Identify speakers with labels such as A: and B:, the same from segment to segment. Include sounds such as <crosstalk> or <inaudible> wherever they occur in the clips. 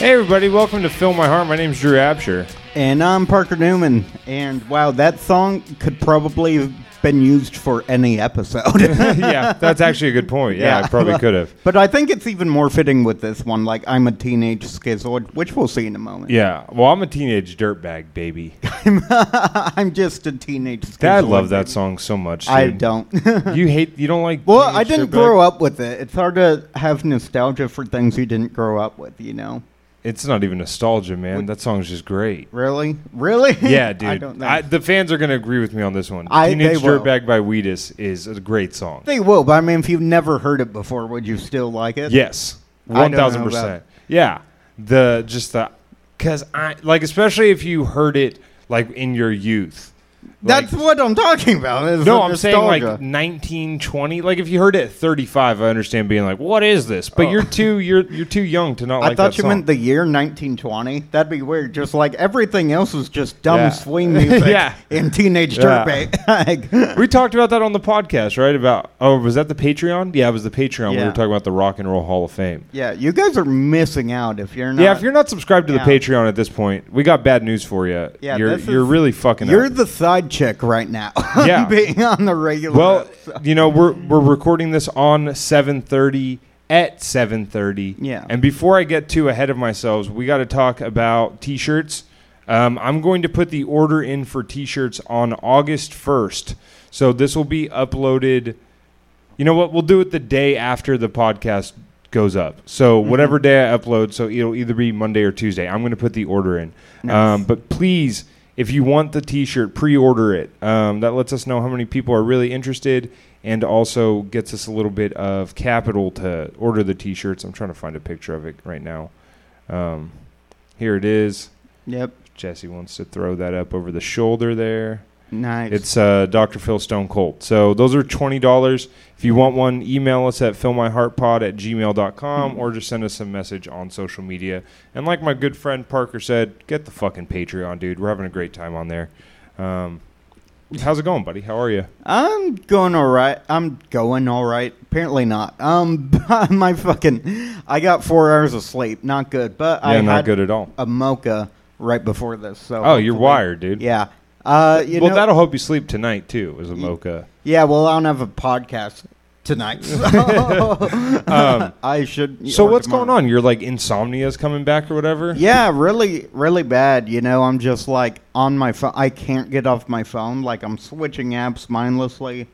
A: Hey, everybody, welcome to Fill My Heart. My name's Drew
B: <laughs>
A: Absher.
B: And I'm Parker Newman. And wow, that song could probably have been used for any
A: <laughs>
B: episode.
A: yeah, that's actually a good point. Yeah, I
B: <laughs>
A: probably could have.
B: But I think it's even more fitting with this one, like I'm a teenage schizoid, which we'll see in a moment.
A: Yeah, well, I'm a teenage dirtbag,
B: <laughs>
A: baby.
B: I'm just a teenage schizoid.
A: Dad loved that song so much.
B: I
A: dude. <laughs>
B: don't.
A: You hate, you don't like.
B: well, I didn't grow up with it. It's hard to have nostalgia for things you didn't grow up with, you know?
A: It's not even nostalgia, man. That song's just
B: <laughs>
A: great.
B: Really? Really?
A: Yeah, dude.
B: <laughs> I don't know.
A: I- the fans are gonna agree with me on this one.
B: I-
A: Teenage
B: they will.
A: Dirtbag by Wheatus is a great
B: <laughs>
A: song.
B: they will, but I mean, if you've never heard it before, would you still like it?
A: Yes,
B: I don't
A: one
B: know
A: thousand percent.
B: about-
A: Yeah, the just the because I like especially if you heard it like in your youth.
B: That's
A: Like-
B: what I'm talking about. is
A: no,
B: the
A: I'm saying like
B: nostalgia.
A: 1920. Like if you heard it at 35, I understand being like, "What is this?" But
B: Oh.
A: you're too you're you're too young to not
B: I
A: like
B: thought
A: that
B: you
A: song.
B: meant the year 1920. That'd be weird. Just like everything else is just dumb
A: Yeah. <laughs>
B: swing music
A: Yeah.
B: and teenage
A: Yeah.
B: <laughs> dirtbag.
A: we talked about that on the podcast, right? About oh, was that the Patreon? Yeah, it was the Patreon. We
B: Yeah.
A: were talking about the Rock and Roll Hall of Fame.
B: yeah, you guys are missing out if you're not.
A: yeah, if you're not subscribed to
B: Yeah.
A: the Patreon at this point, we got bad news for you.
B: Yeah,
A: you're
B: this
A: you're
B: is-
A: really fucking.
B: you're
A: up.
B: the side chick right now. <laughs>
A: Yeah.
B: being on the regular.
A: well,
B: so-
A: you know we're we're recording this on 7:30 at 7:30.
B: Yeah.
A: And before I get too ahead of myself, we got to talk about t-shirts. Um, I'm going to put the order in for t-shirts on August 1st. So this will be uploaded. You know what? We'll do it the day after the podcast goes up. So whatever day I upload, so it'll either be Monday or Tuesday. I'm going to put the order in. Um, but please, if you want the T-shirt, pre-order it. Um, that lets us know how many people are really interested, and also gets us a little bit of capital to order the T-shirts. I'm trying to find a picture of it right now. Um, here it is.
B: yep,
A: Jesse wants to throw that up over the shoulder there.
B: nice.
A: It's uh, Dr. Phil Stone Colt. So those are $20. If you want one, email us at fillmyheartpod at gmail.com or just send us a message on social media. And like my good friend Parker said, get the fucking Patreon, dude. We're having a great time on there. Um, how's it going, buddy? How are you?
B: I'm going all right. I'm going all right. Apparently not. Um, <laughs> my fucking, I got four hours of sleep. Not good, but I
A: yeah, not
B: had
A: good at all.
B: a mocha right before this. So
A: Oh, you're
B: hopefully-
A: wired, dude.
B: Yeah. Uh, you
A: well,
B: know,
A: that'll help you sleep tonight, too, is a mocha.
B: yeah. Well, I don't have a podcast tonight,
A: <laughs>
B: so <laughs> I should.
A: Um, So
B: or
A: what's
B: tomorrow.
A: going on? You're like insomnia's coming back or whatever?
B: Yeah, really, really bad. You know, I'm just like on my phone. I can't get off my phone. Like I'm switching apps mindlessly.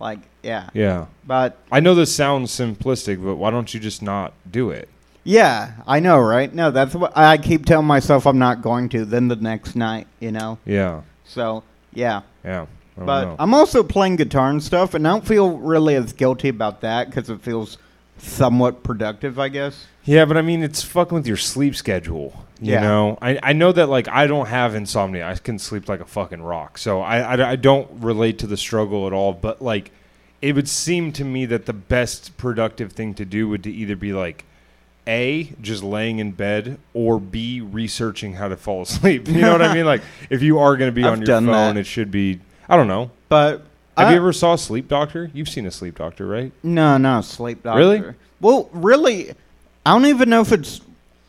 B: Like yeah,
A: Yeah.
B: but
A: I know this sounds simplistic, but why don't you just not do it?
B: yeah, I know, right? No, that's what I keep telling myself I'm not going to. Then the next night, you know.
A: Yeah.
B: So yeah.
A: Yeah. I don't
B: But
A: know.
B: I'm also playing guitar and stuff, and I don't feel really as guilty about that because it feels somewhat productive, I guess.
A: Yeah, but I mean, it's fucking with your sleep schedule. You
B: Yeah.
A: know, I, I know that like I don't have insomnia. I can sleep like a fucking rock. So I, I, I don't relate to the struggle at all. But like, it would seem to me that the best productive thing to do would to either be like, a just laying in bed or b researching how to fall asleep. <laughs> You know what I mean? Like if you are going to be
B: I've
A: on your
B: done
A: phone,
B: that.
A: it should be. I don't know.
B: But
A: Have
B: I-
A: you ever saw a sleep doctor? You've seen a sleep doctor, right?
B: No, no, sleep doctor.
A: Really?
B: Well, really, I don't even know if it's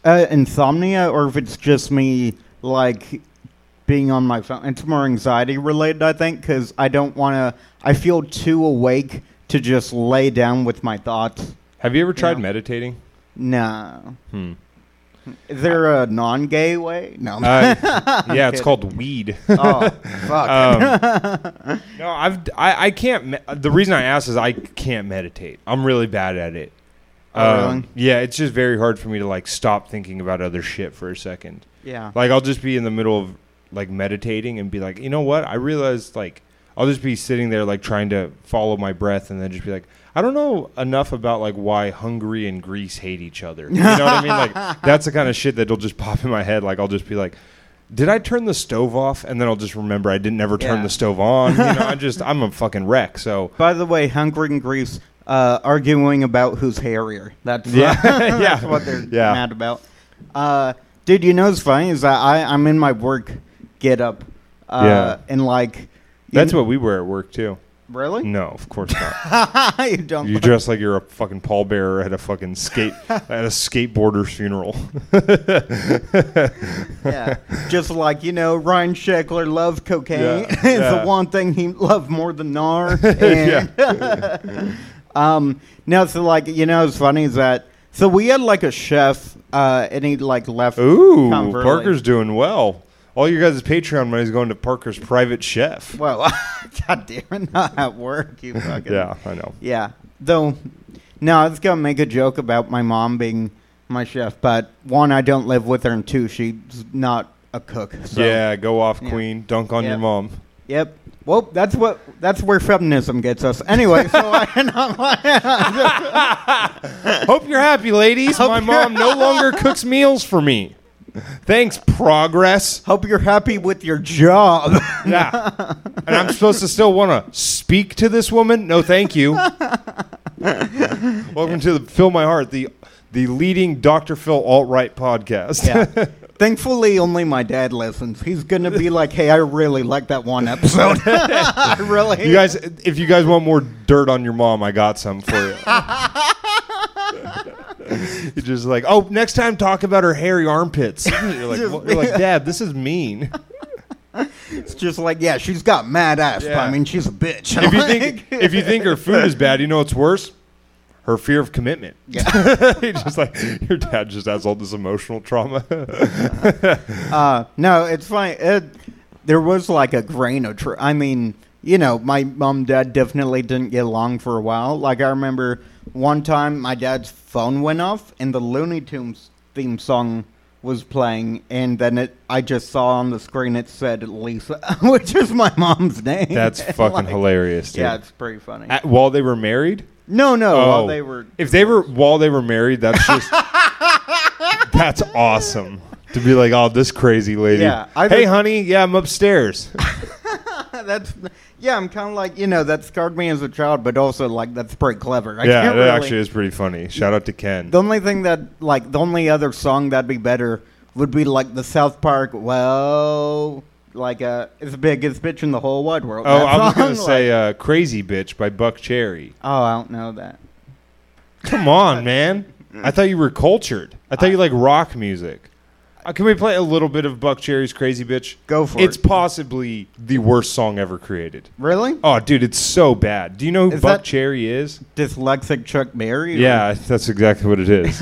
B: uh, insomnia or if it's just me like being on my phone. It's more anxiety related, I think, because I don't want to. I feel too awake to just lay down with my thoughts.
A: Have you ever tried
B: No.
A: meditating?
B: No.
A: Hmm.
B: Is there a non-gay way? No.
A: Uh, yeah, it's
B: kidding.
A: called weed.
B: <laughs>
A: <laughs>
B: oh, fuck.
A: Um, no, I've I, I can't. Me- the reason I ask is I can't meditate. I'm really bad at it.
B: Oh,
A: Um,
B: really?
A: Yeah, it's just very hard for me to like stop thinking about other shit for a second.
B: yeah.
A: Like I'll just be in the middle of like meditating and be like, you know what? I realized like I'll just be sitting there like trying to follow my breath and then just be like, I don't know enough about like why Hungary and Greece hate each other. You know what I mean? Like that's the kind of shit that'll just pop in my head. Like I'll just be like, did I turn the stove off? And then I'll just remember I didn't ever turn
B: Yeah.
A: the stove on. You know, I just I'm a fucking wreck. So
B: By the way, Hungary and Greece uh, arguing about who's hairier. That's uh,
A: Yeah.
B: <laughs> that's
A: <laughs> Yeah.
B: what they're
A: Yeah.
B: mad about. Uh, dude, you know what's funny is that I I'm in my work get up, uh,
A: Yeah.
B: and like you
A: that's
B: kn-
A: what we wear at work too.
B: Really?
A: No, of course not.
B: <laughs> you don't.
A: you dress like you're a fucking pallbearer at a fucking skate at a skateboarder's funeral. <laughs>
B: yeah. Just like, you know, Ryan Sheckler loved cocaine.
A: Yeah,
B: <laughs> it's
A: yeah.
B: the one thing he loved more
A: <laughs>
B: than NAR. And, um, no, so like, you know, it's funny is that, so we had like a chef, uh, and he like left.
A: Ooh,
B: Tom Verlaine.
A: Parker's doing well. All your guys' Patreon money's going to Parker's private chef.
B: Well, <laughs> God damn it, not at
A: <laughs>
B: work, you fucking.
A: Yeah, I know.
B: Yeah. Though, no, I was going to make a joke about my mom being my chef, but one, I don't live with her, and two, she's not a cook. So.
A: yeah, go off,
B: Yeah.
A: Queen. Dunk on your
B: Yep.
A: mom.
B: Yep. Well, that's what that's where feminism gets us. Anyway,
A: <laughs>
B: so I, and I'm like,
A: <laughs> Hope you're happy, ladies. My mom no <laughs> longer cooks meals for me. Thanks, progress.
B: hope you're happy with your job.
A: <laughs> Yeah. And I'm supposed to still want to speak to this woman? No, thank <laughs> you. Welcome to the Fill My Heart, the the leading Dr. Phil alt right podcast.
B: yeah. <laughs> Thankfully, only my dad listens. He's gonna be like, "Hey, I really like that one
A: <laughs>
B: episode. <laughs> I really."
A: you guys, if you guys want more dirt on your mom, I got some for <laughs> you. You're just like, oh, next time talk about her hairy armpits. <laughs> You're like,
B: Just-
A: "What?" You're like Dad, this is <laughs> mean.
B: it's just like, yeah, she's got mad ass. But
A: Yeah.
B: I mean, she's a bitch.
A: if you think
B: <laughs>
A: if you think her food is bad, you know what's worse? Her fear of commitment. <laughs> Yeah. just like your dad just has all this emotional trauma.
B: Uh, no, it's funny. It, there was like a grain of truth. I mean, you know, my mom and dad definitely didn't get along for a while. Like, I remember one time my dad's phone went off and the Looney Tunes theme song was playing, and then it, I just saw on the screen it said Lisa, <laughs> which is my mom's name.
A: <laughs>
B: <laughs>
A: That's fucking
B: Like,
A: hilarious, dude.
B: Yeah, it's pretty funny.
A: At- while they were married?
B: no, no,
A: Oh.
B: while they were.
A: If they were while they were married, that's
B: <laughs>
A: just that's awesome. To be like, oh, this crazy lady.
B: Yeah, I
A: hey,
B: think-
A: honey. Yeah, I'm
B: <laughs>
A: upstairs.
B: <laughs> That's yeah. I'm kind of like you know that scarred me as a child, but also like that's pretty clever. I
A: yeah, that
B: can't really,
A: actually is pretty funny. Shout out to Ken.
B: The only thing that, like, the only other song that'd be better would be like the South Park. Well, like, uh, it's the biggest bitch in the whole wide world.
A: oh,
B: That
A: I was gonna
B: song,
A: say
B: like-
A: uh, "Crazy Bitch" by Buck Cherry.
B: oh, I don't know that.
A: Come
B: <laughs>
A: on, man. I thought you were cultured. I thought you like rock music. Uh, can we play a little bit of Buck Cherry's "Crazy Bitch"?
B: Go for
A: it's
B: it.
A: possibly the worst song ever created.
B: Really?
A: Oh, dude, it's so bad. Do you know who
B: Is
A: Buck
B: that-
A: Cherry is?
B: Dyslexic Chuck Berry? or-
A: Yeah, that's exactly what it
B: <laughs>
A: is.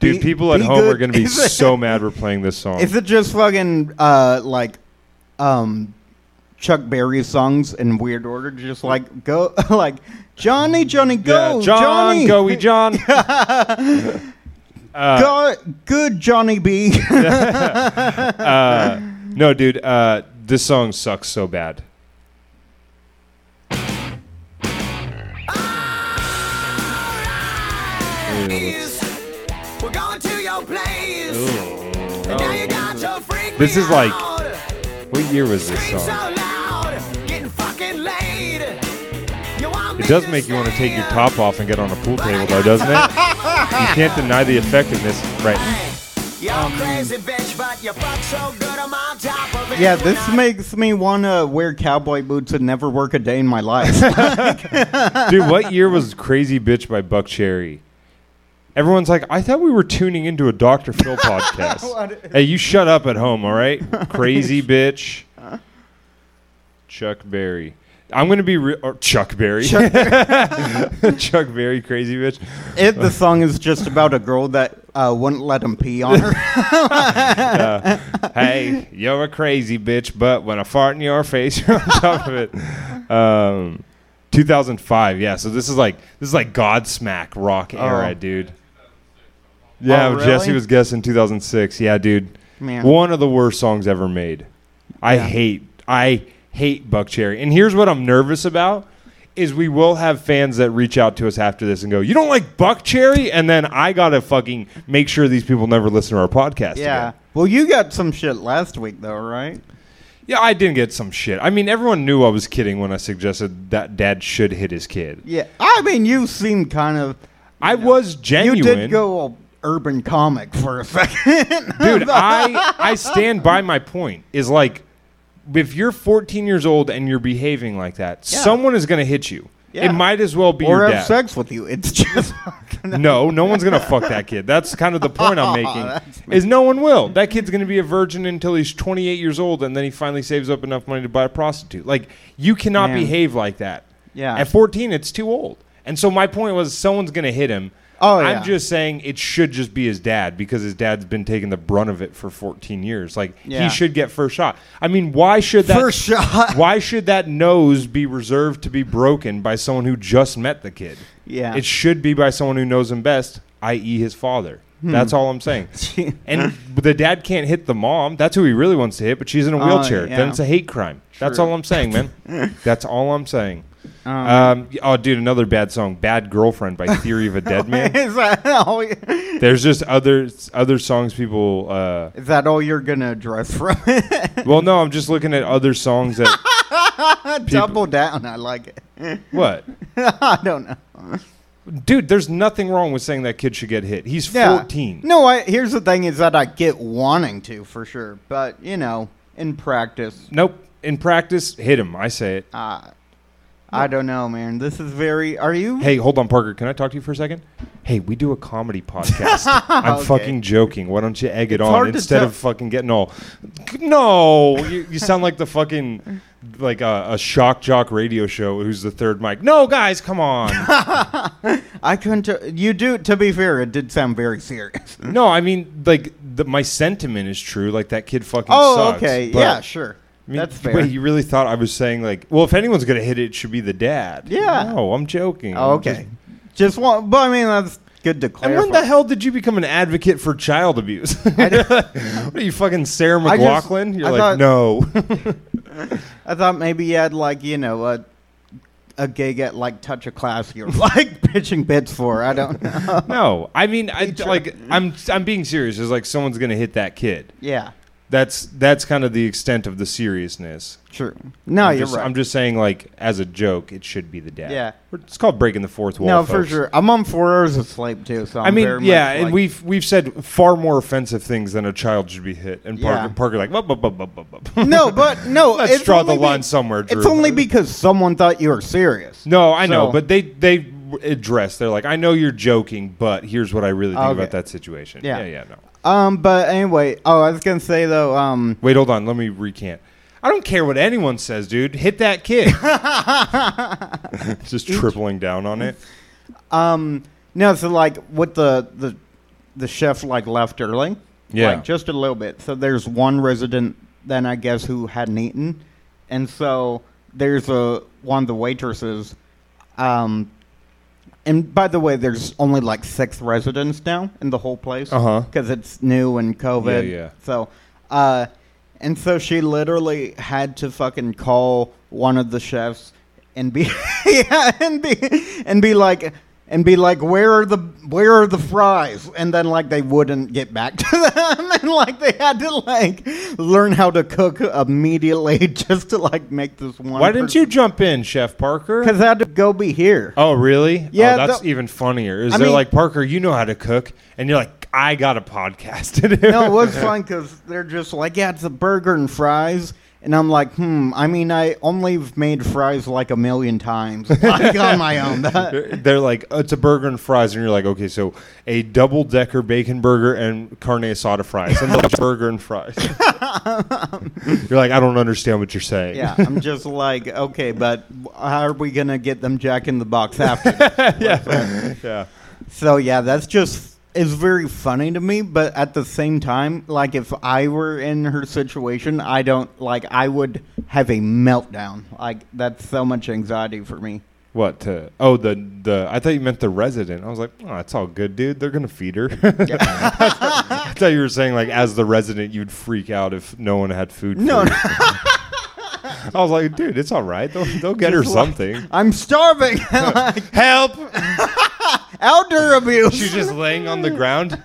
A: Dude,
B: Be-
A: people at
B: be
A: home are
B: good.
A: going to be
B: <laughs> Is it-
A: so mad we're playing this song.
B: Is it just fucking, uh, like, um, Chuck Berry songs in weird order? Just like, go, <laughs> like, Johnny, Johnny,
A: Yeah,
B: go,
A: John,
B: Johnny.
A: Goey
B: <laughs>
A: John. Uh,
B: Go, good Johnny B. <laughs>
A: uh, no, dude, uh, this song sucks so bad.
C: We're going to your place. And now you got your freak
A: oh. This
C: me
A: is like-
C: out.
A: What year was this
C: Scream so
A: song?
C: loud, getting fucking laid. You want
A: It
C: me
A: does make you want to take your top off and get on a pool table, though, doesn't it? You can't deny the effectiveness, right?
C: You're crazy bitch, but you fuck so good I'm on top of it.
B: Yeah, this makes me want to wear cowboy boots and never work a day in my life.
A: Dude, what year was "Crazy Bitch" by Buck Cherry? Everyone's like, I thought we were tuning into a Dr. Phil podcast. hey, you shut up at home, all right? Crazy bitch. Chuck Berry. I'm gonna be re- or Chuck Berry. <laughs>
B: <laughs>
A: Chuck, Berry, crazy bitch.
B: it, the song is just about a girl that uh, wouldn't let him pee on her.
A: Hey, you're a crazy bitch, but when I fart in your face, <laughs> you're on top of it. Um, 2005, yeah. So this is like this is like Godsmack rock era,
B: Oh.
A: dude. Yeah,
B: Oh,
A: Jesse
B: really?
A: was guessing 2006. Yeah, dude.
B: Man.
A: One of the worst songs ever made. I hate I hate Buck Cherry. And here's what I'm nervous about is we will have fans that reach out to us after this and go, "You don't like Buck Cherry?" And then I got to fucking make sure these people never listen to our podcast
B: <laughs> yeah.
A: again.
B: Well, you got some shit last week, though, right?
A: Yeah, I didn't get some shit. I mean, everyone knew I was kidding when I suggested that dad should hit his kid.
B: Yeah. I mean, you seem kind of.
A: I was genuine.
B: You did go all urban <laughs> comic for a <laughs> second.
A: dude i i stand by my point is like if you're 14 years old and you're behaving like that,
B: Yeah.
A: someone is going to hit you.
B: Yeah.
A: It might as well be
B: or
A: your
B: have
A: dad.
B: sex with you. It's just <laughs>
A: <laughs> No, no one's gonna fuck that kid. That's kind of the point
B: <laughs>
A: I'm
B: Oh, That's
A: making. Is no one will. That kid's gonna be a virgin until he's 28 years old, and then he finally saves up enough money to buy a prostitute. Like you cannot
B: Man.
A: behave like that.
B: Yeah.
A: At 14, it's too old. And so my point was, someone's gonna hit him.
B: Oh, yeah.
A: I'm just saying it should just be his dad because his dad's been taking the brunt of it for 14 years. Like
B: Yeah.
A: he should get first shot. I mean, why should that
B: First shot.
A: Why should that nose be reserved to be broken by someone who just met the kid?
B: Yeah.
A: It should be by someone who knows him best, i.e., his father.
B: Hmm.
A: That's all I'm
B: <laughs>
A: saying. and the dad can't hit the mom. That's who he really wants to hit, but she's in a
B: Oh,
A: wheelchair.
B: yeah.
A: Then it's a hate crime. That's
B: True.
A: all I'm saying,
B: <laughs>
A: man. That's all I'm saying.
B: Um,
A: Um, oh, dude, another bad song, "Bad Girlfriend" by Theory
B: <laughs>
A: of a Dead Man.
B: is, that all, is
A: There's just other other songs people. Uh,
B: that all you're gonna address from <laughs> it?
A: well, no, I'm just looking at other songs
B: <laughs>
A: that.
B: Double down. I like it. <laughs>
A: what?
B: I don't know.
A: Dude, there's nothing wrong with saying that kid should get hit. He's
B: Yeah.
A: 14.
B: No, I, here's the thing: is that I get wanting to for sure, but you know, in practice,
A: Nope. In practice, hit him. I say it.
B: uh, I don't know, man. This is very. Are you?
A: Hey, hold on, Parker. Can I talk to you for a second? Hey, we do a comedy podcast. I'm
B: Okay.
A: fucking joking. Why don't you egg it
B: It's
A: on
B: hard to
A: instead
B: tell-
A: of fucking getting all? No, you, you sound like the fucking like a, a shock jock radio show. Who's the third mic? No, guys, come on.
B: I couldn't. t- You do. To be fair, it did sound very serious.
A: no, I mean like the, my sentiment is true. Like that kid fucking.
B: Oh,
A: sucks,
B: okay.
A: but-
B: yeah, sure.
A: I mean,
B: That's fair.
A: Wait, you really thought I was saying like, well, if anyone's gonna hit it, it should be the dad.
B: Yeah.
A: No, I'm joking.
B: Oh,
A: I'm just-
B: okay. Just one, but I mean that's good to
A: And
B: clarify.
A: when the hell did you become an advocate for child abuse? what are you fucking Sarah
B: I just-
A: McLaughlin? You're
B: I
A: like,
B: thought- <laughs>
A: no.
B: I thought maybe you had like you know a a gig at like touch a class you're <laughs> like pitching bids for. I don't
A: <laughs>
B: know.
A: no. I mean, I like I'm I'm being serious. It's like someone's going to hit that kid.
B: yeah,
A: That's that's kind of the extent of the seriousness.
B: true. No,
A: I'm
B: Oh, you're
A: just,
B: right.
A: I'm just saying like as a joke, it should be the dad.
B: Yeah.
A: It's called breaking the fourth wall.
B: no, for
A: folks.
B: sure. I'm on four hours of sleep too, so I'm
A: i mean,
B: very
A: yeah,
B: much,
A: and
B: like-
A: we've we've said far more offensive things than a child should be hit. And Parker,
B: Yeah.
A: Parker like, "Wup, wup, wup, wup, wup, wup."
B: no, but no.
A: Let's
B: it's
A: draw
B: only
A: the line somewhere,
B: It's
A: Drew.
B: only because someone thought you were serious.
A: <laughs> No, I know,
B: So-
A: but they they address. They're like, I know you're joking, but here's what I really think
B: Oh, Okay.
A: about that situation.
B: Yeah.
A: yeah, no.
B: Um, but anyway, oh, I was gonna say though, um,
A: Wait, hold on. Let me recant. I don't care what anyone says, dude. Hit that
B: <laughs>
A: kid. <laughs> Just tripling down on it.
B: Um, no, so like with the the the chef like left early,
A: Yeah.
B: like just a little bit. So there's one resident then I guess who hadn't eaten, and so there's a one of the waitresses, um, and by the way, there's only like six residents now in the whole place
A: Uh-huh.
B: because it's new and COVID.
A: Yeah, yeah.
B: So, uh, and so she literally had to fucking call one of the chefs and be, <laughs> yeah, and be, and be like, and be like, where are the, where are the fries? And then like they wouldn't get back <laughs> to them, and like they had to like learn how to cook immediately <laughs> just to like make this one.
A: Why didn't you jump in, Chef
B: <laughs>
A: Parker?
B: Because I had to go be here.
A: Oh, really?
B: Yeah,
A: Oh, that's
B: the-
A: even funnier. Is
B: I
A: they're
B: mean-
A: like Parker? You know how to cook, and you're like, I got a podcast <laughs> to do.
B: no, it was fun because they're just like, yeah, it's a burger and fries. And I'm like, hmm, I mean, I only have made fries like a million times <laughs> like on my own. <laughs> That-
A: They're- They're like, "Oh, it's a burger and fries, and you're like, okay, so a double decker bacon burger and carne asada fries, and they're
B: <laughs>
A: like, burger and fries. <laughs> you're like, I don't understand what you're saying.
B: yeah, I'm just like, okay, but how are we going to get them jack in the box after?
A: <laughs>
B: this?
A: yeah.
B: so, yeah, that's just, it's very funny to me. But at the same time, like, if I were in her situation, I don't, like, I would have a meltdown. Like, that's so much anxiety for me.
A: What? To, oh, the the. I thought you meant the resident. I was like, oh, it's all good, dude. They're gonna feed her. <laughs> I thought you were saying like, as the resident, you'd freak out if no one had food.
B: No,
A: for you. <laughs> I was like, dude, it's all right. They'll, they'll get her
B: Just like-
A: something.
B: I'm starving. <laughs> like,
A: Help!
B: elder abuse.
A: She's just laying on the ground.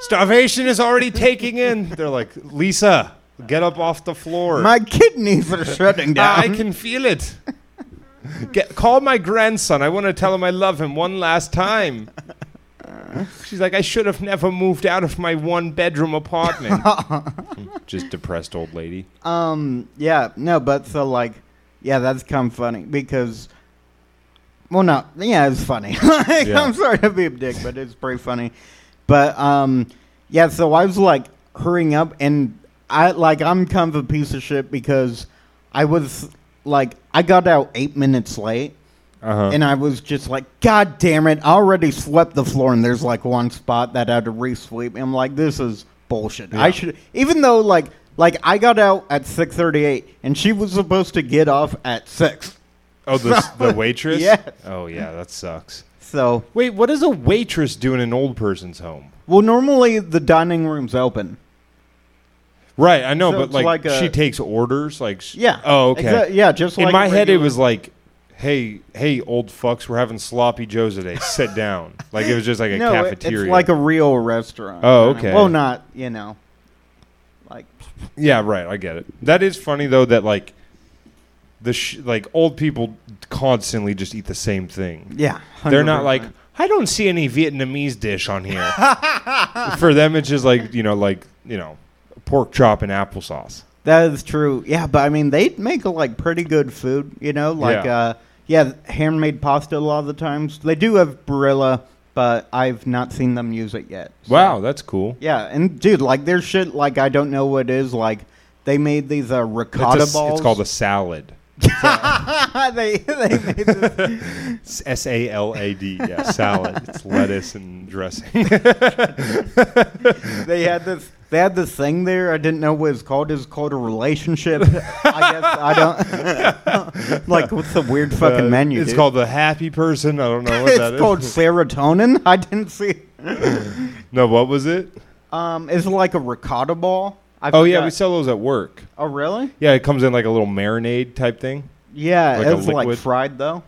A: Starvation is already taking in. They're like, Lisa, get up off the floor.
B: <laughs> My kidneys are <laughs> shutting down.
A: I can feel it. Get, call my grandson. I want to tell him I love him one last time. She's like, I should have never moved out of my one bedroom apartment. <laughs> Just depressed old lady.
B: Um, <laughs> yeah, no, but so like, yeah, that's kind of funny because, well, no, yeah, it's funny. <laughs> like,
A: Yeah.
B: I'm sorry to be a dick, but it's pretty funny. But um, yeah, so I was like hurrying up, and I like I'm kind of a piece of shit because I was like I got out eight minutes late.
A: Uh huh.
B: And I was just like, God damn it, I already swept the floor and there's like one spot that I had to resweep. And I'm like, this is bullshit. I
A: Yeah.
B: should even though like like I got out at six thirty eight and she was supposed to get off at six.
A: Oh, the, the waitress?
B: Yes.
A: Oh, yeah, that sucks.
B: So
A: Wait, what does a waitress do in an old person's home?
B: well normally the dining room's open.
A: Right, I know,
B: So
A: but
B: it's
A: like,
B: like a-
A: she takes orders, like sh-
B: Yeah.
A: Oh, okay.
B: Exa- yeah, just
A: In
B: like
A: my
B: a
A: head, it
B: regular-
A: was like, "Hey, hey, old fucks, we're having sloppy joes today.
B: <laughs>
A: Sit down." Like it was just like a
B: no, it-
A: cafeteria.
B: It's like a real restaurant.
A: Oh, okay.
B: Well not, you know. Like
A: yeah, right. I get it. That is funny though. That like the sh- like old people constantly just eat the same thing.
B: yeah.
A: They're not
B: 100%.
A: like, "I don't see any Vietnamese dish on
B: <laughs>
A: here." For them, it's just like you know, like you know, pork chop and applesauce.
B: That is true. Yeah, but I mean, they make like pretty good food. You know, like
A: Yeah.
B: uh, yeah, handmade pasta a lot of the times. They do have Barilla, but I've not seen them use it yet. So-
A: Wow, that's cool.
B: Yeah, and dude, like their shit, like I don't know what it is. Like they made these uh, ricotta
A: It's, a s-
B: balls.
A: it's called a salad.
B: <laughs> they they made this
A: S A L A D. Yeah, salad.
B: <laughs>
A: it's lettuce and dressing.
B: they had this they had this thing there I didn't know what it's called. It was called
A: <laughs>
B: a relationship. I guess I don't <laughs> like what's the weird fucking
A: Uh,
B: menu.
A: It's
B: dude?
A: called the happy person. I don't know what that
B: <laughs> it's
A: is.
B: called serotonin. <laughs> I didn't see.
A: No, what was it?
B: Um, it's like a ricotta ball. I
A: Oh yeah,
B: forgot.
A: we sell those at work.
B: oh really?
A: Yeah, it comes in like a little marinade type thing.
B: Yeah,
A: Like a
B: it's like
A: liquid?
B: fried though,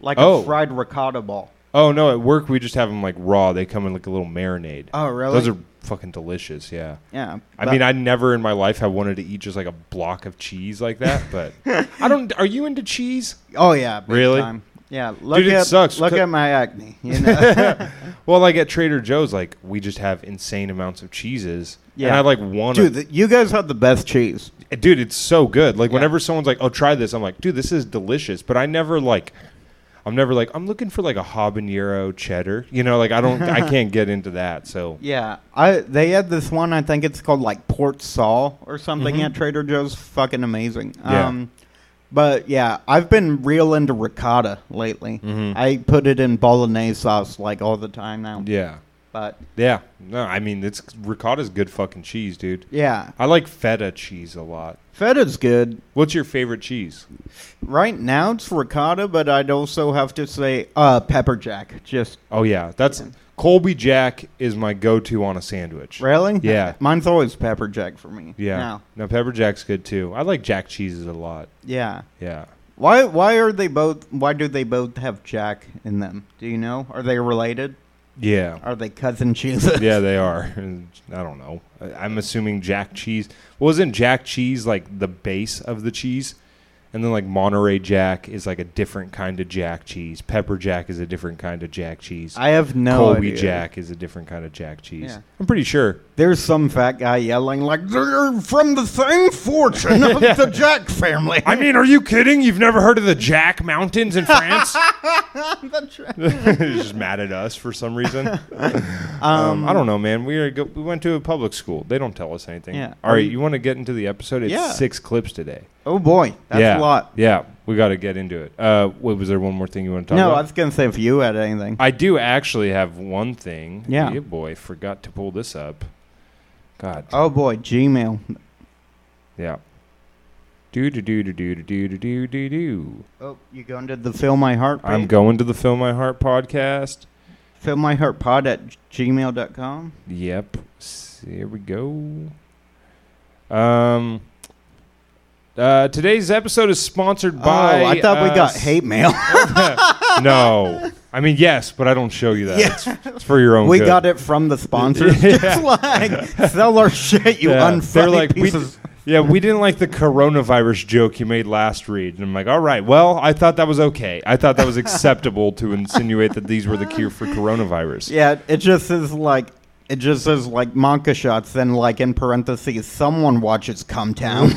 B: like
A: Oh.
B: a fried ricotta ball.
A: Oh no, at work we just have them like raw. They come in like a little marinade.
B: Oh, really?
A: Those are fucking delicious. Yeah.
B: Yeah,
A: I
B: but-
A: mean, I never in my life have wanted to eat just like a block of cheese like
B: <laughs>
A: that. But I don't. Are you into cheese?
B: oh yeah, big
A: Really?
B: time. Yeah, look
A: Dude, it
B: at
A: sucks.
B: look
A: Co-
B: at my acne.
A: <laughs>
B: You know?
A: Well, like at Trader Joe's, like we just have insane amounts of cheeses. Yeah. And
B: Yeah.
A: I like one.
B: dude, th- you guys have the best cheese.
A: dude it's so good like whenever someone's like oh try this i'm like dude this is delicious but i never like i'm never like i'm looking for like a habanero cheddar you know like i don't
B: <laughs>
A: i can't get into that so
B: Yeah, I they had this one. I think it's called like Port Saul or something at Trader Joe's. Fucking amazing.
A: Mm-hmm. Yeah.
B: Um, but yeah, I've been real into ricotta lately. I put it in bolognese sauce like all the time now.
A: Mm-hmm. yeah
B: But
A: yeah no i mean it's ricotta's good fucking cheese dude
B: yeah,
A: i like feta cheese a lot
B: Feta's good.
A: what's your favorite cheese
B: Right now it's ricotta, but I'd also have to say uh, pepper jack. Just
A: oh yeah that's colby jack is my go-to on a sandwich
B: really?
A: Yeah.
B: <laughs> Mine's always pepper jack for me.
A: yeah
B: Now.
A: no pepper jack's good too i like jack cheeses a lot
B: Yeah.
A: yeah
B: Why why are they both why do they both have jack in them? Do you know? Are they related?
A: yeah
B: Are they cousin cheeses?
A: yeah, they are. <laughs> I don't know. I- I'm assuming Jack Cheese wasn't Jack Cheese like the base of the cheese, and then like Monterey Jack is like a different kind of Jack cheese. Pepper Jack is a different kind of Jack cheese.
B: <laughs> I have no
A: Colby
B: idea.
A: Jack is a different kind of Jack cheese.
B: Yeah.
A: I'm pretty sure.
B: There's some fat guy yelling like they're from the same
A: <laughs>
B: fortune of the Jack family.
A: I mean, are you kidding? You've never heard of the Jack Mountains in
B: <laughs>
A: France? <laughs> He's just mad at us for some
B: <laughs>
A: reason. um, I don't know, man. We are go- we went to a public school. They don't tell us anything.
B: Yeah. Um,
A: All right, you want to get into the episode? It's
B: Yeah.
A: six clips today.
B: oh boy, that's
A: yeah.
B: a lot.
A: Yeah, we got to get into it. Uh, what was there? One more thing you want to talk
B: No, I
A: about?
B: was gonna say if you had anything.
A: I do actually have one thing.
B: Yeah.
A: boy, forgot to pull this up. God.
B: Oh boy, Gmail.
A: Yeah. Do do do do do do do do do do.
B: Oh, you going to the Fill My Heart
A: I'm
B: page?
A: going to the Fill My Heart podcast.
B: Fill my heart pod at gmail.com.
A: Yep. S- Here we go. Um. Uh, today's episode is sponsored by.
B: oh, I thought we
A: uh,
B: got
A: s- <laughs>
B: hate mail.
A: No, I mean yes, but I don't show you that.
B: Yeah.
A: It's, it's for your own.
B: <laughs> we
A: good. <laughs>
B: got it from the sponsors. Just like, sell our shit, you
A: Yeah,
B: unfunny
A: they're like, we,
B: pieces.
A: Yeah, we didn't like the coronavirus joke you made last read. And I'm like, all right, well, I thought that was okay. I thought that was acceptable to insinuate that these were the cure for coronavirus.
B: <laughs> Yeah, it just says like it just says like Monka shots, then like in parentheses, someone watches Come Town.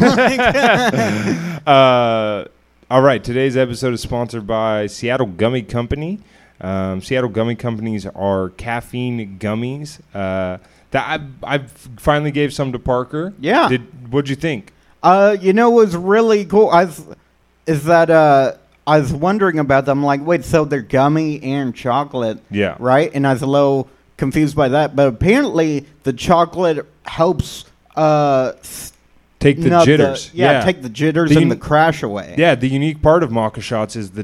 A: <laughs> Uh, all right, today's episode is sponsored by Seattle Gummy Company. Um, Seattle Gummy Companies are caffeine gummies. Uh, that I, I finally gave some to Parker.
B: Yeah.
A: Did, what'd you think?
B: Uh, you know what's really cool? I was, is that uh, I was wondering about them. Like, wait, so they're gummy and chocolate,
A: Yeah.
B: right? And I was a little confused by that, but apparently the chocolate helps. Uh, s-
A: Take the
B: nub
A: jitters.
B: yeah, take the jitters
A: The
B: and the
A: un-
B: crash away.
A: Yeah, the unique part of maca shots is the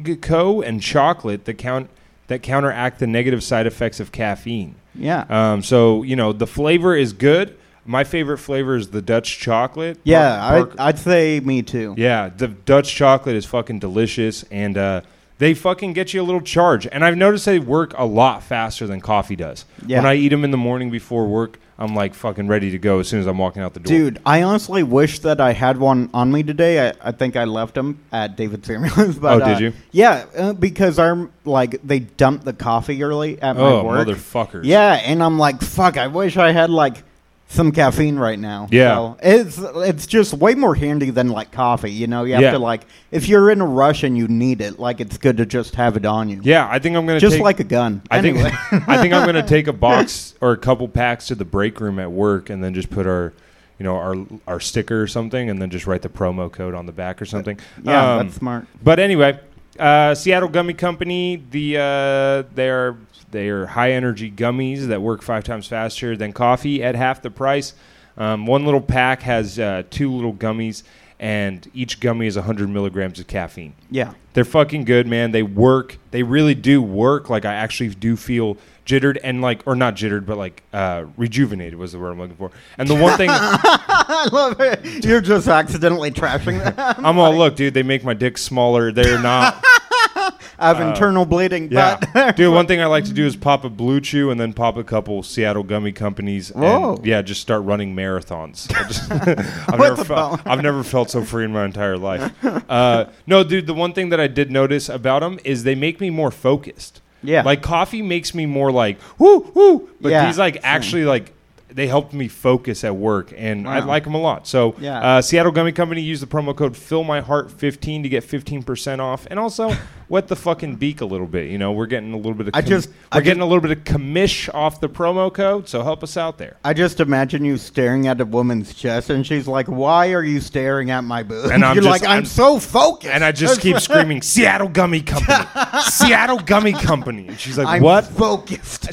A: ginkgo and chocolate that count that counteract the negative side effects of caffeine.
B: yeah.
A: Um, so you know the flavor is good. My favorite flavor is the Dutch chocolate.
B: Yeah,
A: Park- Park-
B: I, I'd say me too.
A: yeah, the Dutch chocolate is fucking delicious, and uh, they fucking get you a little charge. And I've noticed they work a lot faster than coffee does.
B: Yeah.
A: When I eat them in the morning before work, I'm like fucking ready to go as soon as I'm walking out the door.
B: Dude, I honestly wish that I had one on me today. I, I think I left them at David Samuels. <laughs> But,
A: Oh, did
B: uh,
A: you?
B: Yeah, uh, because I'm like they dumped the coffee early at
A: oh
B: my work.
A: motherfuckers.
B: Yeah, and I'm like, fuck. I wish I had like some caffeine right now.
A: Yeah.
B: So it's it's just way more handy than like coffee. You know, you have
A: Yeah.
B: to like if you're in a rush and you need it, like it's good to just have it on you.
A: Yeah, I think I'm gonna
B: Just
A: take-
B: like a gun.
A: I
B: anyway.
A: think <laughs> I think I'm gonna take a
B: <laughs>
A: box or a couple packs to the break room at work, and then just put our, you know, our our sticker or something, and then just write the promo code on the back or something.
B: yeah,
A: Um,
B: that's smart.
A: But anyway, uh, Seattle Gummy Company, the uh, they are they are high energy gummies that work five times faster than coffee at half the price. Um, one little pack has uh, two little gummies, and each gummy is 100 milligrams of caffeine.
B: Yeah. <laughs>
A: They're fucking good, man. They work. They really do work. Like I actually do feel jittered and like, or not jittered, but like uh, rejuvenated was the word I'm looking for. And the one thing
B: I love it. You're just accidentally trashing <laughs> that.
A: I'm all look, dude. They make my dick smaller. They're not.
B: I have internal bleeding,
A: Uh, Yeah,
B: but <laughs>
A: dude. One thing I like to do is pop a blue chew and then pop a couple Seattle gummy companies. And,
B: Whoa.
A: Yeah, just start running marathons. I just,
B: <laughs>
A: <laughs> I've,
B: What
A: never
B: the
A: felt,
B: fuck?
A: I've never felt so free in my entire life. Uh, no, dude. The one thing that I did notice about them is they make me more focused.
B: Yeah.
A: Like coffee makes me more like whoo whoo, but
B: Yeah,
A: these like actually like they helped me focus at work, and I
B: Wow.
A: like them a lot. So
B: Yeah.
A: uh, Seattle Gummy Company use the promo code FillMyHeart15 to get 15% off, and also <laughs> wet the fucking beak a little bit. You know, we're getting a little bit of
B: I just-
A: we're
B: I
A: getting a little bit of commish off the promo code, so help us out there.
B: I just imagine you staring at a woman's chest, and she's like, "Why are you staring at my boob?"
A: And I'm
B: You're
A: just-
B: like, "I'm,
A: I'm-
B: so focused."
A: And I just
B: <laughs>
A: keep screaming, Seattle Gummy Company, Seattle Gummy Company. And she's like,
B: I'm
A: what?
B: focused.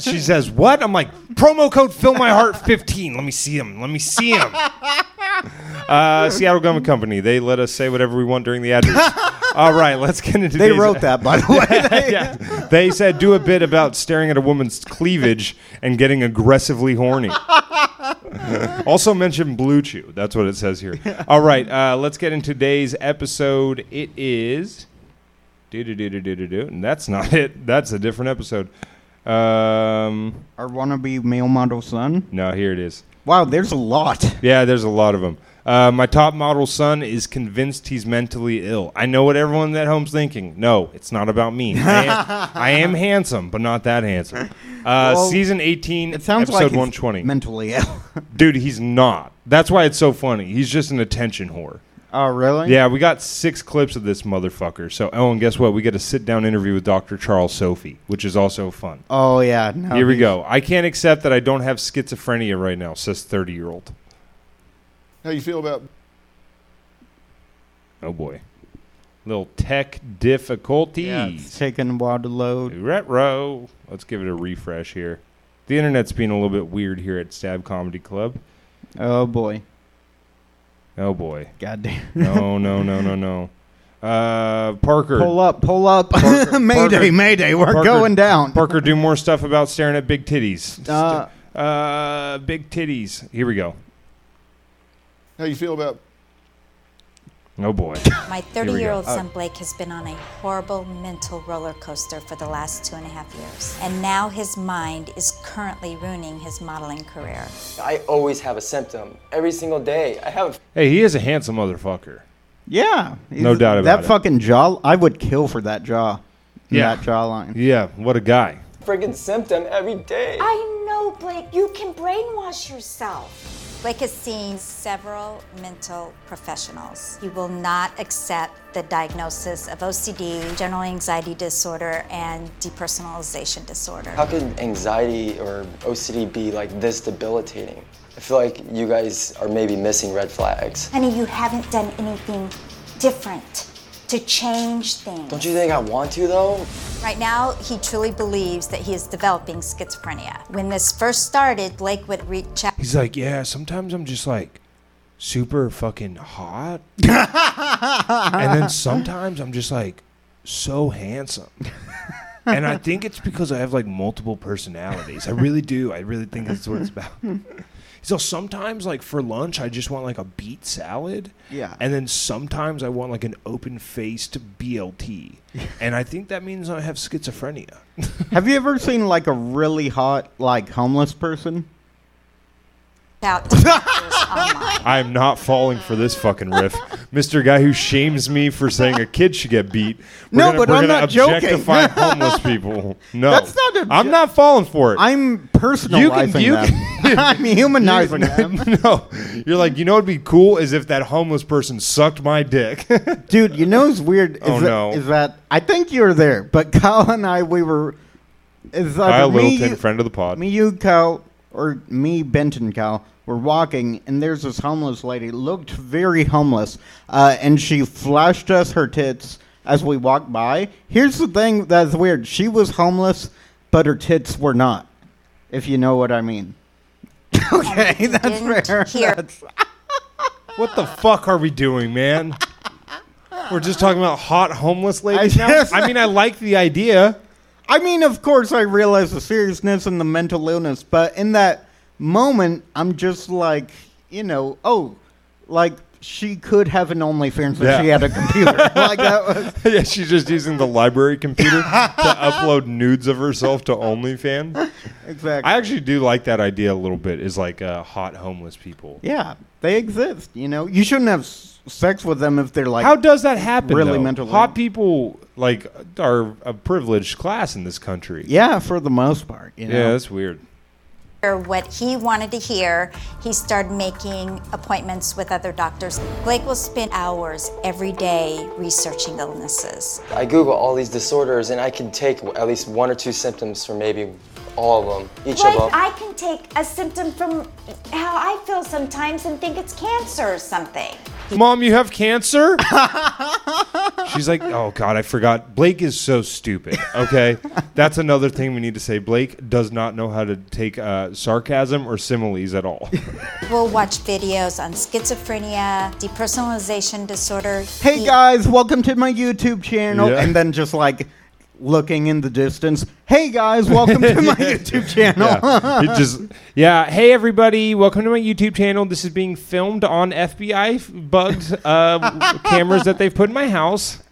A: <laughs> She says, "What?" I'm like, "Promo code fill my heart 15. Let me see him. Let me see
B: <laughs>
A: him." Uh, Seattle Gum Company. They let us say whatever we want during the
B: <laughs>
A: address. All right, let's get into.
B: They
A: these-
B: wrote that, by the
A: <laughs>
B: way.
A: yeah, they said do a bit about staring at a woman's cleavage and getting aggressively horny. also mention blue chew. That's what it says here. All right, uh, let's get into today's episode. It is. Do do do do do do do. And that's not it. That's a different episode. Um.
B: Our wannabe male model son.
A: No, here it is.
B: Wow, there's a lot.
A: Yeah, there's a lot of them. Uh, my top model son is convinced he's mentally ill. I know what everyone at home's thinking. No, it's not about me. I am, I
B: <laughs>
A: am handsome, but not that handsome. Uh,
B: Well,
A: season 18,
B: It sounds
A: episode
B: like he's
A: 120.
B: mentally ill. <laughs>
A: Dude, he's not. That's why it's so funny. He's just an attention whore.
B: oh, really?
A: Yeah, we got six clips of this motherfucker. So, oh, and guess what? We get a sit down interview with Dr. Charles Sophie, which is also fun.
B: Oh, yeah. No,
A: Here we
B: he's-
A: go. I can't accept that I don't have schizophrenia right now, says 30 year old.
D: How you feel about
A: Oh boy. Little tech difficulties.
B: Yeah, it's taking a while to load.
A: Retro. Let's give it a refresh here. The internet's being a little bit weird here at Stab Comedy Club.
B: Oh boy.
A: Oh boy.
B: Goddamn.
A: No, no, no, no,
D: <laughs>
A: no. Uh, Parker.
B: Pull up, pull up. <laughs>
A: Parker-
B: mayday,
A: Parker-
B: mayday. We're
A: Parker-
B: going down.
A: Parker, do more stuff about staring at big titties.
B: Uh,
A: Uh, big titties. Here we go.
D: how you feel about
A: Oh boy. we
E: My
A: go. Oh.
E: 30 year old son Blake has been on a horrible mental roller coaster for the last two and a half years. And now his mind is currently ruining his modeling career.
F: I always have a symptom. Every single day. I have
A: hey, he is a handsome motherfucker.
B: Yeah,
A: No doubt about
B: that
A: it.
B: That fucking jaw, I would kill for that jaw.
A: Yeah.
B: that jawline.
A: Yeah, what a guy.
F: a friggin' symptom every day.
G: I know, Blake, you can brainwash yourself.
E: Blake has seen several mental professionals. He will not accept the diagnosis of OCD, general anxiety disorder, and depersonalization disorder.
F: How could anxiety or OCD be like this debilitating? I feel like you guys are maybe missing red flags.
E: Honey, you haven't done anything different to change things.
F: Don't you think I want to though?
E: Right now, he truly believes that he is developing schizophrenia. When this first started, Blake would reach
B: <laughs>
E: out
A: He's like, yeah, sometimes I'm just like super fucking <laughs> hot. and then sometimes I'm just like so handsome. And I think it's because I have like multiple personalities. I really do. I really think that's what it's <laughs> about. So sometimes like for lunch I just want like a beet salad.
B: Yeah.
A: And then sometimes I want like an open-faced <laughs> BLT. And I think that means I have schizophrenia. <laughs>
B: Have you ever seen like a really hot like homeless person?
E: out to doctors online.
A: I am not falling for this fucking riff, Mister Guy who shames me for saying a kid should get beat. We're
B: No,
A: gonna,
B: but
A: we're
B: I'm
A: gonna
B: not joking. <laughs>
A: objectify homeless people. No,
B: That's not obje-
A: I'm not falling for it. <laughs>
B: I'm
A: You can- <laughs>
B: personalizing
A: you
B: them.
A: can-
B: <laughs> I'm humanizing them,
A: <laughs> no, you're like you know. It'd be cool is if that homeless person sucked my dick. <laughs>
B: dude. You know what's weird? Is
A: Oh,
B: that,
A: no.
B: is that I think you were there, but Kyle and I we were. Is that
A: Kyle
B: me,
A: Littleton,
B: you-
A: friend of the pod.
B: Me, you, Kyle, or me, Benton, Kyle, were walking, and there's this homeless lady, looked very homeless, uh, and she flashed us her tits as we walked by. Here's the thing that's weird she was homeless, but her tits were not, if you know what I mean. okay, that's
E: Didn't
B: fair.
E: hear.
A: what the fuck are we doing, man? We're just talking about hot homeless ladies now.
B: guess-
A: I mean, I like the idea. <laughs>
B: I mean, of course, I realize the seriousness and the mental illness, but in that moment, I'm just like, you know, oh, like she could have an OnlyFans if
A: Yeah.
B: she had
A: <laughs>
B: a computer. like that was.
A: yeah, she's just using the library computer to
B: <laughs>
A: upload nudes of herself to OnlyFans.
B: Exactly.
A: I actually do like that idea a little bit. Is like uh, hot homeless people.
B: yeah, they exist. You know, you shouldn't have s- sex with them if they're like.
A: How does that happen?
B: Really
A: though?
B: mentally.
A: hot people like are a privileged class in this country.
B: yeah, for the most part. You know?
A: yeah, that's weird.
E: hear what he wanted to hear, he started making appointments with other doctors. Blake will spend hours every day researching illnesses.
F: I Google all these disorders and I can take at least one or two symptoms from maybe all of them, each
G: Blake,
F: of them.
G: I can take a symptom from how I feel sometimes and think it's cancer or something.
A: Mom, you have
B: <laughs>
A: cancer? She's like, oh God, I forgot. Blake is so stupid. Okay. That's another thing we need to say. Blake does not know how to take uh, sarcasm or similes at all.
E: We'll watch videos on schizophrenia, depersonalization disorder.
B: Hey
E: He-
B: guys, welcome to my YouTube channel,
A: Yeah.
B: and then just like looking in the distance. Hey guys, welcome to
A: <laughs>
B: my YouTube channel. <laughs>
A: Yeah. It just yeah. Hey everybody, welcome to my YouTube channel. This is being filmed on FBI f- bugged uh, <laughs> cameras that they've put in my house.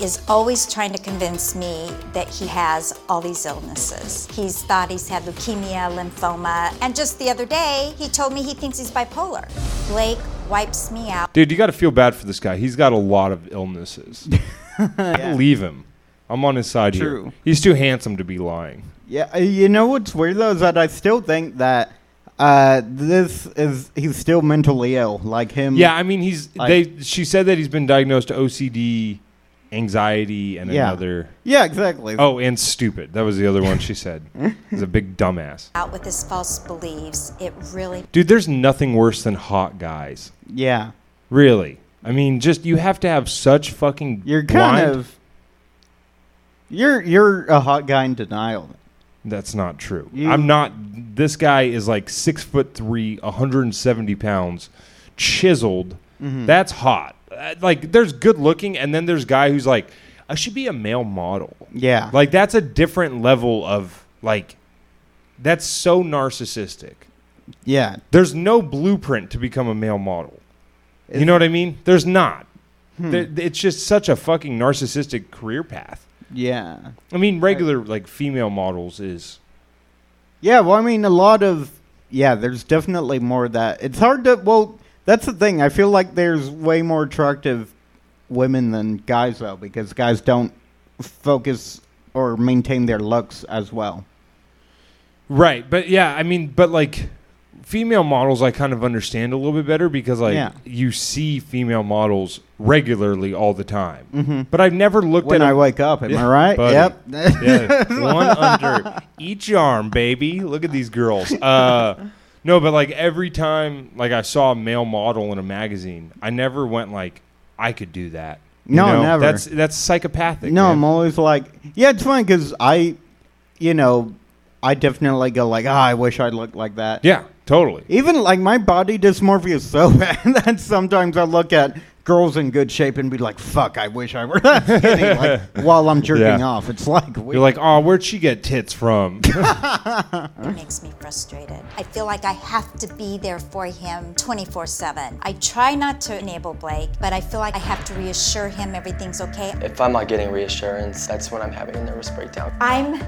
E: is always trying to convince me that he has all these illnesses. He's thought he's had leukemia, lymphoma, and just the other day he told me he thinks he's bipolar. Blake wipes me out.
A: Dude, you got to feel bad for this guy. He's got a lot of
B: <laughs>
A: illnesses. Leave him. I'm on his side here.
B: True.
A: He's too handsome to be lying.
B: Yeah, uh, you know what's weird though is that I still think that uh, this is he's still mentally ill, like him.
A: Yeah, I mean he's.
B: I-
A: they she said that he's been diagnosed OCD, anxiety, and
B: Yeah.
A: another.
B: yeah, exactly.
A: Oh, and stupid. That was the other one she
B: <laughs>
A: said. He's a big dumbass.
E: out with his false beliefs, it really
A: Dude, there's nothing worse than hot guys.
B: yeah,
A: Really? I mean, just you have to have such fucking.
B: you're kind
A: blind-
B: of you're you're a hot guy in denial.
A: That's not true.
B: You-
A: I'm not. This guy is like six foot three, 170 pounds, chiseled.
B: Mm-hmm.
A: That's hot. Uh, Like, there's good looking, and then there's guy who's like, I should be a male model.
B: Yeah,
A: Like, that's a different level of like. That's so narcissistic.
B: yeah,
A: There's no blueprint to become a male model. You know what I mean? There's not.
B: Hmm.
A: Th- th- It's just such a fucking narcissistic career path.
B: Yeah.
A: I mean, regular like female models is
B: Yeah, well, I mean, a lot of yeah. There's definitely more of that. It's hard to well. That's the thing. I feel like there's way more attractive women than guys though, because guys don't focus or maintain their looks as well.
A: Right, but yeah, I mean, but like female models, I kind of understand a little bit better because like
B: Yeah.
A: you see female models regularly all the time. Mm-hmm. But I've never looked
B: When
A: at
B: I
A: a-
B: wake up, am I right?
A: buddy. <laughs>
B: Yep. <laughs>
A: yeah, one under each arm, baby. Look at these girls. Uh, no, but like every time, like I saw a male model in a magazine, I never went like I could do that. You
B: No,
A: know?
B: never.
A: That's that's psychopathic.
B: no,
A: man.
B: I'm always like, yeah, it's funny because I, you know, I definitely go like, ah, I wish I looked like that.
A: yeah, totally.
B: Even like my body dysmorphia is so <laughs> bad that sometimes I look at girls in good shape and be like, "Fuck, I wish I were
A: <laughs>
B: that skinny." like while I'm jerking
A: Yeah.
B: off, it's like we
A: You're like, oh, where'd she get tits from? <laughs>
E: It makes me frustrated. I feel like I have to be there for him 24 7. I try not to enable Blake, but I feel like I have to reassure him everything's okay.
F: If I'm not getting reassurance, that's when I'm having a nervous breakdown.
G: I'm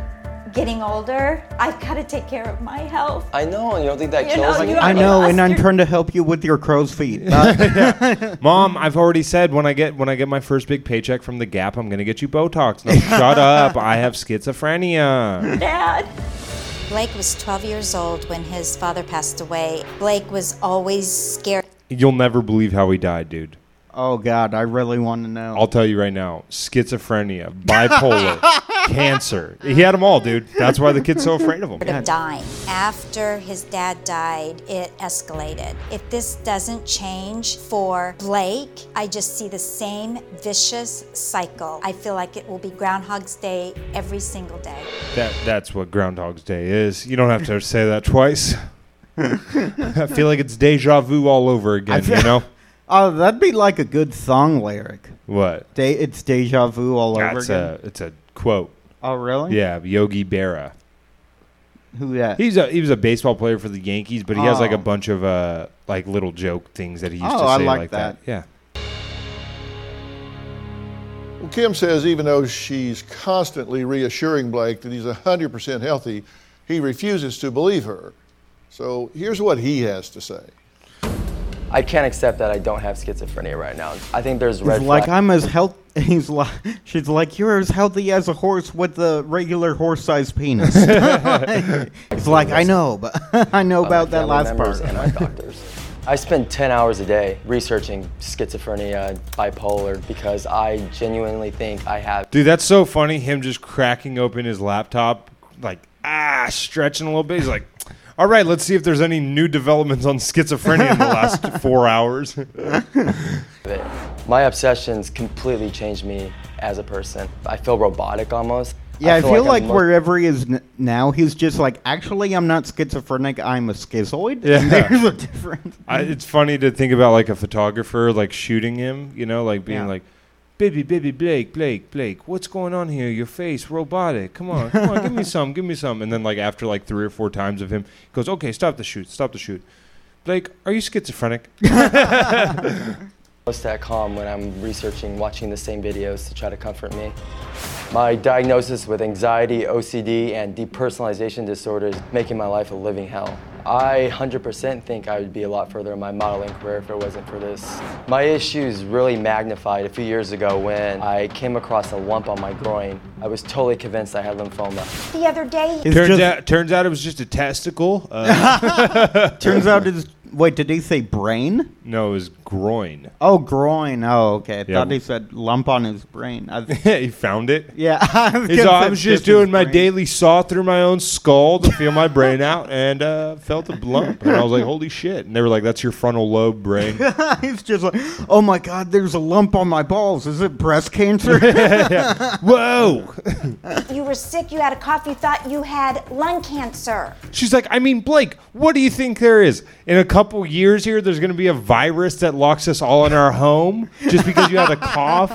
G: getting older. I've got to take care of my health.
F: I know, you don't think that
G: You
F: kills
G: know,
F: me?
G: you
B: I know,
G: lost
B: and I'm
G: your-
B: trying to help you with your crow's feet.
A: <laughs>
B: But
A: Mom, I've already said when I get when I get my first big paycheck from the Gap, I'm gonna get you Botox. No,
B: <laughs>
A: shut up. I have schizophrenia.
G: Dad.
E: Blake was 12 years old when his father passed away. Blake was always scared.
A: You'll never believe how he died, dude.
B: oh god, I really want to know.
A: I'll tell you right now: schizophrenia,
B: <laughs>
A: bipolar, cancer. He had them all, dude. That's why the kid's so afraid of him.
E: of dying. After his dad died, it escalated. If this doesn't change for Blake, I just see the same vicious cycle. I feel like it will be Groundhog's Day every single day.
A: That that's what Groundhog's Day is. You don't have to say that twice. I feel like it's deja vu all over again.
B: feel-
A: You know
B: oh, that'd be like a good song lyric.
A: what?
B: De- it's deja vu all over
A: That's
B: again.
A: a it's a quote.
B: oh, really?
A: Yeah, Yogi Berra.
B: Who that?
A: He's a he was a baseball player for the Yankees, but he has like a
B: Oh.
A: bunch of uh like little joke things that he used
B: Oh,
A: to say
B: I like that.
A: Yeah.
D: Well, Kim says even though she's constantly reassuring Blake that he's 100% healthy, he refuses to believe her. So here's what he has to say.
F: I can't accept that I don't have schizophrenia right now. I think there's
B: He's
F: red
B: like,
F: flags.
B: I'm as healthy. <laughs> He's like, she's like, you're as healthy as a horse with a regular horse-sized penis. <laughs> He's like, I know, but <laughs> I know about that
F: family
B: last
F: members
B: part.
F: and my doctors.
B: <laughs>
F: I spend 10 hours a day researching schizophrenia, bipolar, because I genuinely think I have.
A: Dude, that's so funny. Him just cracking open his laptop, like ah, stretching a little bit. He's like, "All right, let's see if there's any new developments on schizophrenia in the
B: <laughs>
A: last four hours."
F: it. My obsessions completely changed me as a person. I feel robotic almost.
B: Yeah, I feel, like,
F: I'm more-
B: wherever he is n- now, he's just like, actually, I'm not schizophrenic. I'm a schizoid.
A: Yeah.
B: <laughs> And there's a difference.
A: I, it's funny to think about like a photographer like shooting him, you know, like being
B: Yeah.
A: like, "Baby, baby, Blake, Blake, Blake, what's going on here? Your face, robotic. Come on, come on, give
B: <laughs>
A: me some, give me some." And then like after like three or four times of him, he goes, "Okay, stop the shoot, stop the shoot." Blake, are you
B: <laughs>
A: schizophrenic?
F: most at calm when I'm researching, watching the same videos to try to comfort me. My diagnosis with anxiety, OCD, and depersonalization disorder is making my life a living hell. I 100% think I would be a lot further in my modeling career if it wasn't for this. My issues really magnified a few years ago when I came across a lump on my groin. I was totally convinced I had lymphoma.
G: The other day,
B: It's
A: turns
B: just-
A: out, turns out it was just a testicle. Uh,
B: turns out his. Wait, did he say brain?
A: no, it was groin. <laughs>
B: Oh, groin. Oh, okay. I
A: Yeah.
B: thought he said lump on his brain. I,
A: he found it.
B: <laughs> yeah. I was,
A: He's
B: gonna
A: all, I
B: say
A: was
B: it's
A: just doing
B: his
A: my
B: brain.
A: daily saw through my own skull to feel my
B: <laughs>
A: brain out, and uh, felt a lump. And I was like, "Holy shit!" And they were like, "That's your frontal lobe brain."
B: <laughs> He's just like, oh my God, there's a lump on my balls. Is it
A: <laughs>
B: breast cancer?
A: Whoa!
G: you were sick, you had a cough, you thought you had lung cancer.
A: She's like, "I mean, Blake, what do you think there is in a couple years here? There's going to be a virus that locks us all in our home just because you had a cough.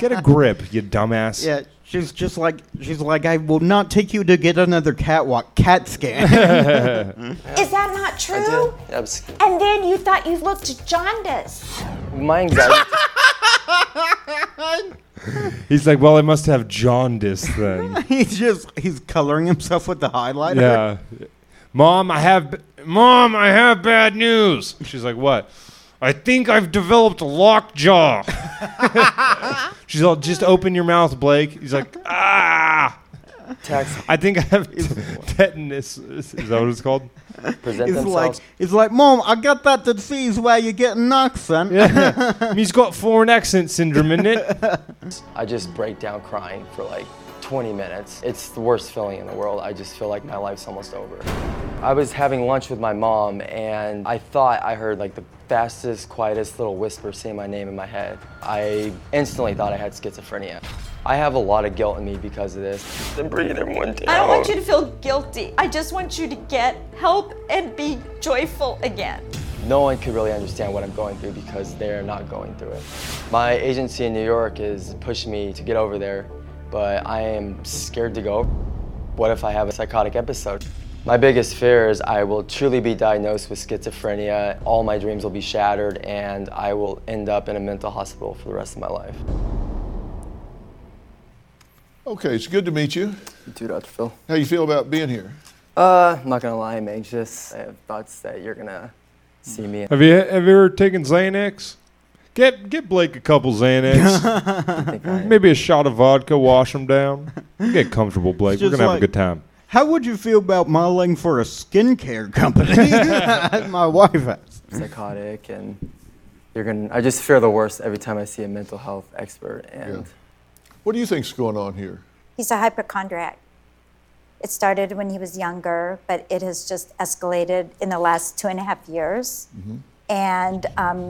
A: Get a grip, you dumbass."
B: yeah. She's just like, she's like, I will not take you to get another catwalk
A: <laughs>
B: cat scan. <laughs>
G: Is that not true?
F: I was-
G: And then you thought you looked jaundiced.
F: My anxiety.
A: He's like, well, I must have jaundice
B: <laughs>
A: then.
B: he's just he's coloring himself with the highlighter.
A: yeah. Mom, I have b- mom, I have bad news. She's like, what? I think I've developed lockjaw. <laughs> She's all, just open your mouth, Blake. He's like, ah.
F: Tax
A: I think I have t- <laughs> tetanus. Is that what it's called?
F: present
B: It's like
F: themselves.
B: it's like, Mom, I got that disease where you get knocked, son.
A: He's got foreign accent syndrome, isn't
B: <laughs>
A: it?
F: I just break down crying for like 20 minutes. It's the worst feeling in the world. I just feel like my life's almost over. I was having lunch with my mom and I thought I heard like the fastest, quietest little whisper saying my name in my head. I instantly thought I had schizophrenia. I have a lot of guilt in me because of this. Then bring it in one day.
H: I don't
I: Oh.
H: want you to feel guilty. I just want you to get help and be joyful again.
F: no one could really understand what I'm going through because they're not going through it. My agency in New York is pushing me to get over there, but I am scared to go. What if I have a psychotic episode? My biggest fear is I will truly be diagnosed with schizophrenia, all my dreams will be shattered, and I will end up in a mental hospital for the rest of my life.
D: Okay, it's good to meet you.
F: Dude, Dr. Phil.
D: How you feel about being here?
F: Uh, I'm not gonna lie, I'm anxious. I have thoughts that you're gonna see me.
A: have you have you ever taken Xanax? Get get Blake a couple
B: <laughs>
A: Xanax, maybe a shot of vodka, wash him down. Get comfortable, Blake. We're
B: just
A: gonna have
B: like-
A: a good time.
B: <laughs> How would you feel about modeling for a
A: <laughs>
B: skincare company? <laughs> My wife has.
F: psychotic and you're gonna i just fear the worst every time i see a mental health expert and
D: What do you think's going on here?
E: He's a hypochondriac. It started when he was younger, but it has just escalated in the last two and a half years.
I: Mm-hmm.
E: And um,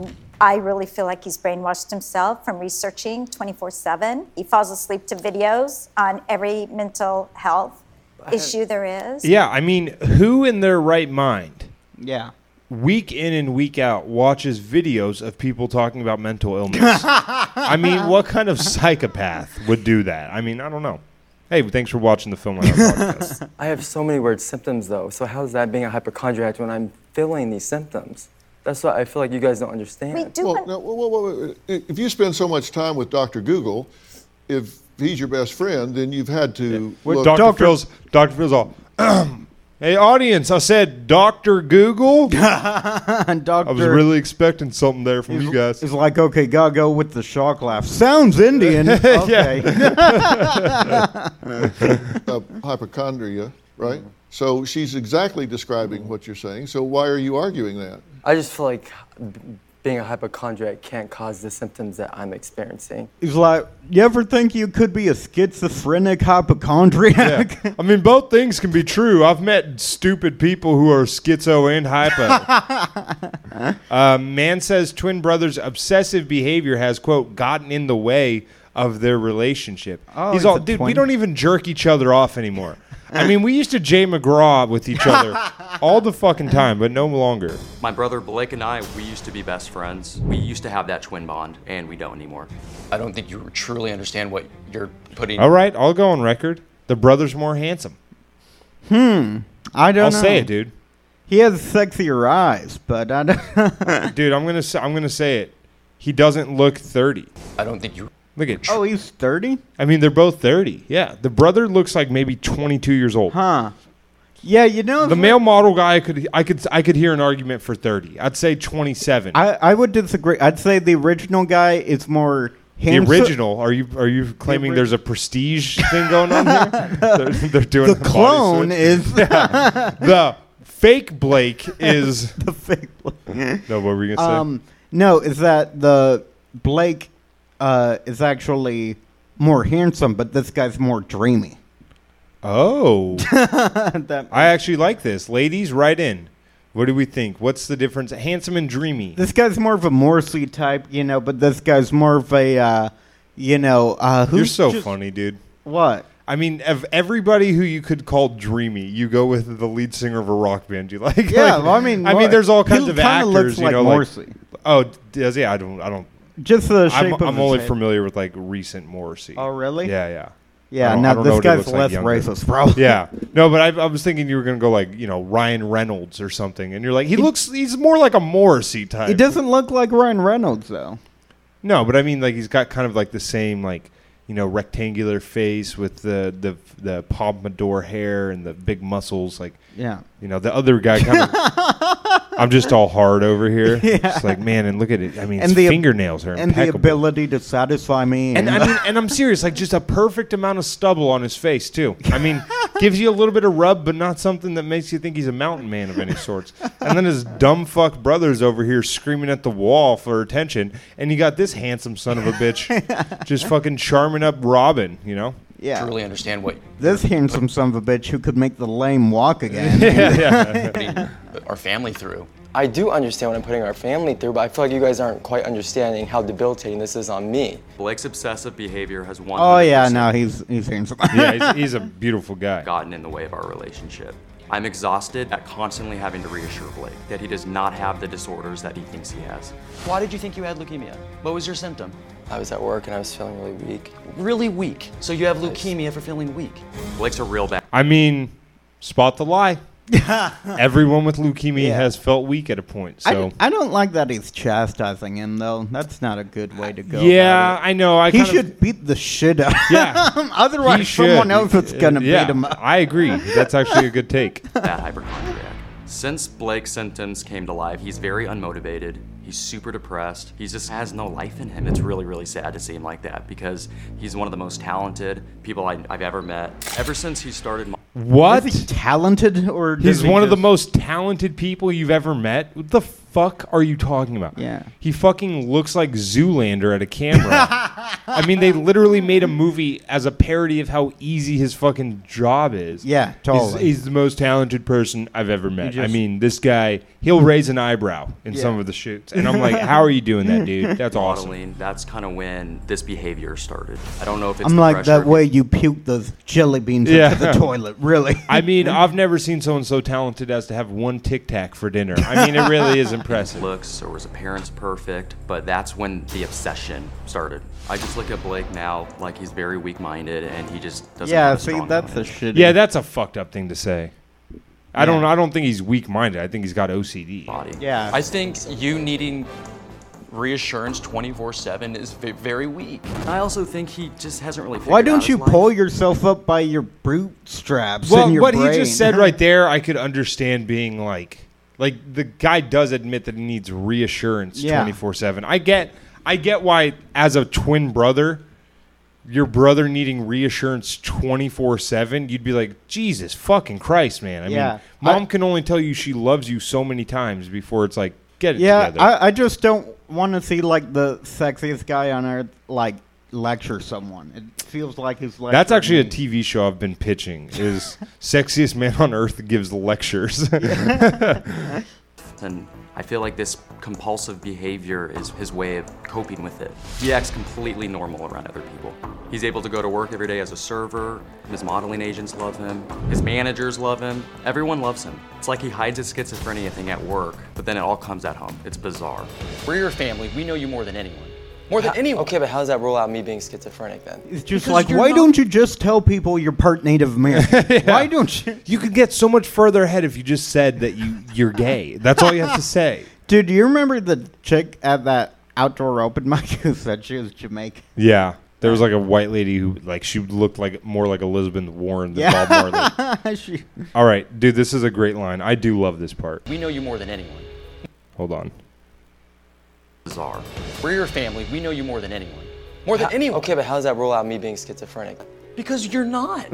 E: I really feel like he's brainwashed himself from researching 24 7. He falls asleep to videos on every mental health issue there is.
A: Yeah, I mean, who in their right mind,
B: Yeah.
A: week in and week out, watches videos of people talking about mental illness? I
B: <laughs>
A: mean, what kind of psychopath would do that? I mean, I don't know. Hey, thanks for watching the film. on our
B: <laughs>
A: podcast.
F: i have so many weird symptoms though so how's that being a hypochondriac when i'm feeling these symptoms that's what i feel like you guys don't understand
E: We do
D: Well, now, whoa, whoa, whoa, whoa. if you spend so much time with Dr. Google, if he's your best friend, then you've had to.
A: Wait,
D: look-
A: Dr. Phil's, Dr. Phil's all, <clears throat> hey, audience, I said Dr. Google. I
B: <laughs> And Doctor
A: was really expecting something there from you guys.
B: is like, okay, gotta go with the shark laugh. Sounds Indian. okay. <laughs>
D: uh, hypochondria, right? So she's exactly describing what you're saying. So why are you arguing that?
F: i just feel like b- being a hypochondriac can't cause the symptoms that i'm experiencing
B: He's like, you ever think you could be a schizophrenic
A: <laughs>
B: hypochondriac?
A: I mean, both things can be true. I've met stupid people who are schizo and hypo.
B: <laughs>
A: uh, man says twin brothers' obsessive behavior has quote gotten in the way of their relationship.
B: Oh,
A: he's
B: he's
A: all,
B: a
A: dude. We
B: twin."
A: don't even jerk each other off anymore. I mean, we used to Jay McGraw with each
B: <laughs>
A: other all the fucking time, but no longer.
I: My brother Blake and I, we used to be best friends. We used to have that twin bond, and we don't anymore. I don't think you truly understand what you're putting.
A: All right, I'll go on record. The brother's more handsome.
B: <laughs> I don't
A: I'll
B: know.
A: say it, dude.
B: He has sexier eyes, but I don't. <laughs>
A: Dude, I'm gonna say, I'm gonna say it. He doesn't look thirty.
I: I don't think you.
A: Look at
B: oh, he's 30?
A: I mean, they're both 30. Yeah. The brother looks like maybe 22 years old.
B: Huh. Yeah, you know.
A: The male model guy I could I could I could hear an argument for 30. I'd say 27.
B: I, I would disagree. I'd say the original guy is more
A: the
B: handsome.
A: original, are you are you claiming there's a prestige thing going on here? they're, they're doing
B: <laughs> <laughs>
A: a
B: The
A: body
B: clone
A: switch. <laughs>
B: is
A: the fake Blake is
B: <laughs> the fake one.
A: No, what were you going to say?
B: Um, <laughs> no, is that the Blake uh, is actually more handsome, but this guy's more dreamy.
A: oh.
B: <laughs> That-
A: I actually like this. Ladies, write in. What do we think? What's the difference? Handsome and dreamy.
B: this guy's more of a Morrissey type, you know, but this guy's more of a, uh, you know, uh, who's
A: You're so
B: just-
A: funny, dude.
B: What?
A: I mean, of everybody who you could call dreamy, you go with the lead singer of a rock band you <laughs> like.
B: Yeah,
A: Like,
B: well, I mean,
A: I mean,
B: what-
A: there's all
B: he
A: kinds of
B: kinda
A: actors,
B: looks
A: you
B: like
A: know,
B: Morrissey.
A: like oh, does he? I don't, I don't.
B: Just the shape
A: I'm,
B: of
A: I'm
B: his
A: only
B: head.
A: familiar with like recent Morrissey.
B: Oh, really?
A: Yeah, yeah. I
B: Yeah,
A: don't- I
B: no,
A: don't know
B: this
A: what he
B: guy's
A: looks like
B: less
A: younger.
B: racist, probably.
A: Yeah, no, but I, I was thinking you were gonna go like you know Ryan Reynolds or something, and you're like he looks he's more like a Morrissey type.
B: He doesn't look like Ryan Reynolds though.
A: No, but I mean, like he's got kind of like the same like you know rectangular face with the the the pompadour hair and the big muscles. Like
B: Yeah.
A: you know, the other guy kind
B: <laughs>
A: of. I'm just all hard over here. It's like man, and look at it. I mean, his fingernails are
B: and the
A: impeccable.
B: ability to satisfy me.
A: And I mean, and I'm serious. Like just a perfect amount of stubble on his face too. I
B: <laughs>
A: mean, gives you a little bit of rub, but not something that makes you think he's a mountain man of any sorts. And then his dumb fuck brothers over here screaming at the wall for attention, and you got this handsome son of a
B: <laughs>
A: bitch just fucking charming up Robin. You know?
B: yeah,
I: Truly understand what
B: this handsome son of a bitch who could make the lame
A: <laughs>
B: walk again.
I: putting our family through.
F: I do understand what I'm putting our family through, but I feel like you guys aren't quite understanding how debilitating this is on me.
I: Blake's obsessive behavior has one.
B: oh yeah, no, he's he's handsome.
A: Yeah, he's, he's a beautiful guy.
I: gotten in the way of our relationship. I'm exhausted at constantly having to reassure Blake that he does not have the disorders that he thinks he has.
J: Why did you think you had leukemia? What was your symptom?
F: I was at work and I was feeling really weak.
J: Really weak. So you have leukemia for feeling weak.
I: Blake's a real bad
A: I mean, spot the
B: <laughs>
A: lie. Everyone with leukemia has felt weak at a point.
B: <laughs> I,
A: So.
B: d- I don't like that he's chastising him though. That's not a good way to go.
A: yeah,
B: about it.
A: I know. I
B: he
A: kind of-
B: should beat the shit out.
A: Yeah.
B: Otherwise,
A: He
B: someone
A: should.
B: else is gonna
A: yeah,
B: beat him up.
A: I agree. That's actually a good
B: <laughs>
A: take.
I: bad hypochondriac. Since Blake's symptoms came to life, he's very unmotivated. He's super depressed. He just has no life in him. It's really, really sad to see him like that because he's one of the most talented people I, I've ever met. Ever since he started, mo-
A: What?
B: Is he talented or does
A: He's
B: he
A: one of the
B: just-
A: most talented people you've ever met. What the fuck are you talking about?
B: Yeah.
A: He fucking looks like Zoolander at a
B: <laughs>
A: camera. I mean, they literally made a movie as a parody of how easy his fucking job is.
B: Yeah,
A: He's-
B: totally.
A: He's, the most talented person I've ever met. I
B: just-
A: mean, this guy, he'll raise an eyebrow in some of the shoots. And
B: <laughs>
A: I'm like, how are you doing that, dude? That's awesome.
I: modeling, that's kind of when this behavior started. I don't know if it's
B: I'm
I: the
B: like
I: pressure
B: that way you puke those jelly beans
A: Yeah.
B: into the <laughs> toilet. Really? <laughs>
A: I mean, I've never seen someone so talented as to have one Tic Tac for dinner. I mean, it really is impressive.
I: looks or his appearance perfect, but that's when the obsession started. I just look at Blake now like he's very weak-minded and he just doesn't.
B: yeah.
I: have a
B: See,
I: strong
B: that's a
I: mind.
B: shitty.
A: Yeah, that's a fucked up thing to say. I don't. I don't think he's weak-minded. I think he's got OCD.
I: body.
B: Yeah.
J: I think you needing reassurance 24 7 is ve- very weak.
I: I also think he just hasn't really.
B: Why
I: figured out
B: don't
I: his
B: you
I: life.
B: pull yourself up by your bootstraps
A: Well,
B: and your
A: what
B: brain? Uh-huh.
A: he just said right there, I could understand being like, like the guy does admit that he needs reassurance
B: Yeah.
A: twenty four seven. I get, I get why as a twin brother, your brother needing reassurance twenty four seven, you'd be like, Jesus fucking Christ, man. I
B: Yeah.
A: mean, mom
B: I-
A: can only tell you she loves you so many times before it's like, get it
B: <laughs> Yeah,
A: together.
B: I, I just don't want to see like the sexiest guy on earth like lecture someone. It feels like he's lecturing.
A: That's actually a
B: me.
A: TV show I've been pitching. Is <laughs> sexiest man on earth gives lectures?
I: And I feel like this compulsive behavior is his way of coping with it. He acts completely normal around other people. He's able to go to work every day as a server. His modeling agents love him. His managers love him. Everyone loves him. It's like he hides his schizophrenia thing at work, but then it all comes at home. It's bizarre.
J: We're your family. We know you more than anyone. More than anyone.
F: Okay, but how does that rule out me being schizophrenic then?
B: It's just
J: because
B: like,
J: you're
B: why
J: not-
B: don't you just tell people you're part
A: <laughs>
B: Native American? Why don't you?
A: you could get so much further ahead if you just said that you you're gay. That's all you <laughs> have to say.
B: Dude, do you remember the chick at that outdoor open <laughs> mic who said she was
I: <laughs>
B: Jamaican? <laughs>
A: Yeah, there was like a white lady who like she looked like more like Elizabeth Warren than
B: Yeah.
A: Bob Marley.
B: <laughs> she,
A: All right, dude, this is a great line. I do love this part.
J: We know you more than anyone.
A: Hold on.
I: Bizarre.
J: We're your family. We know you more than anyone. More than
F: How-
J: anyone.
F: Okay, but how does that rule out me being schizophrenic?
J: Because you're not.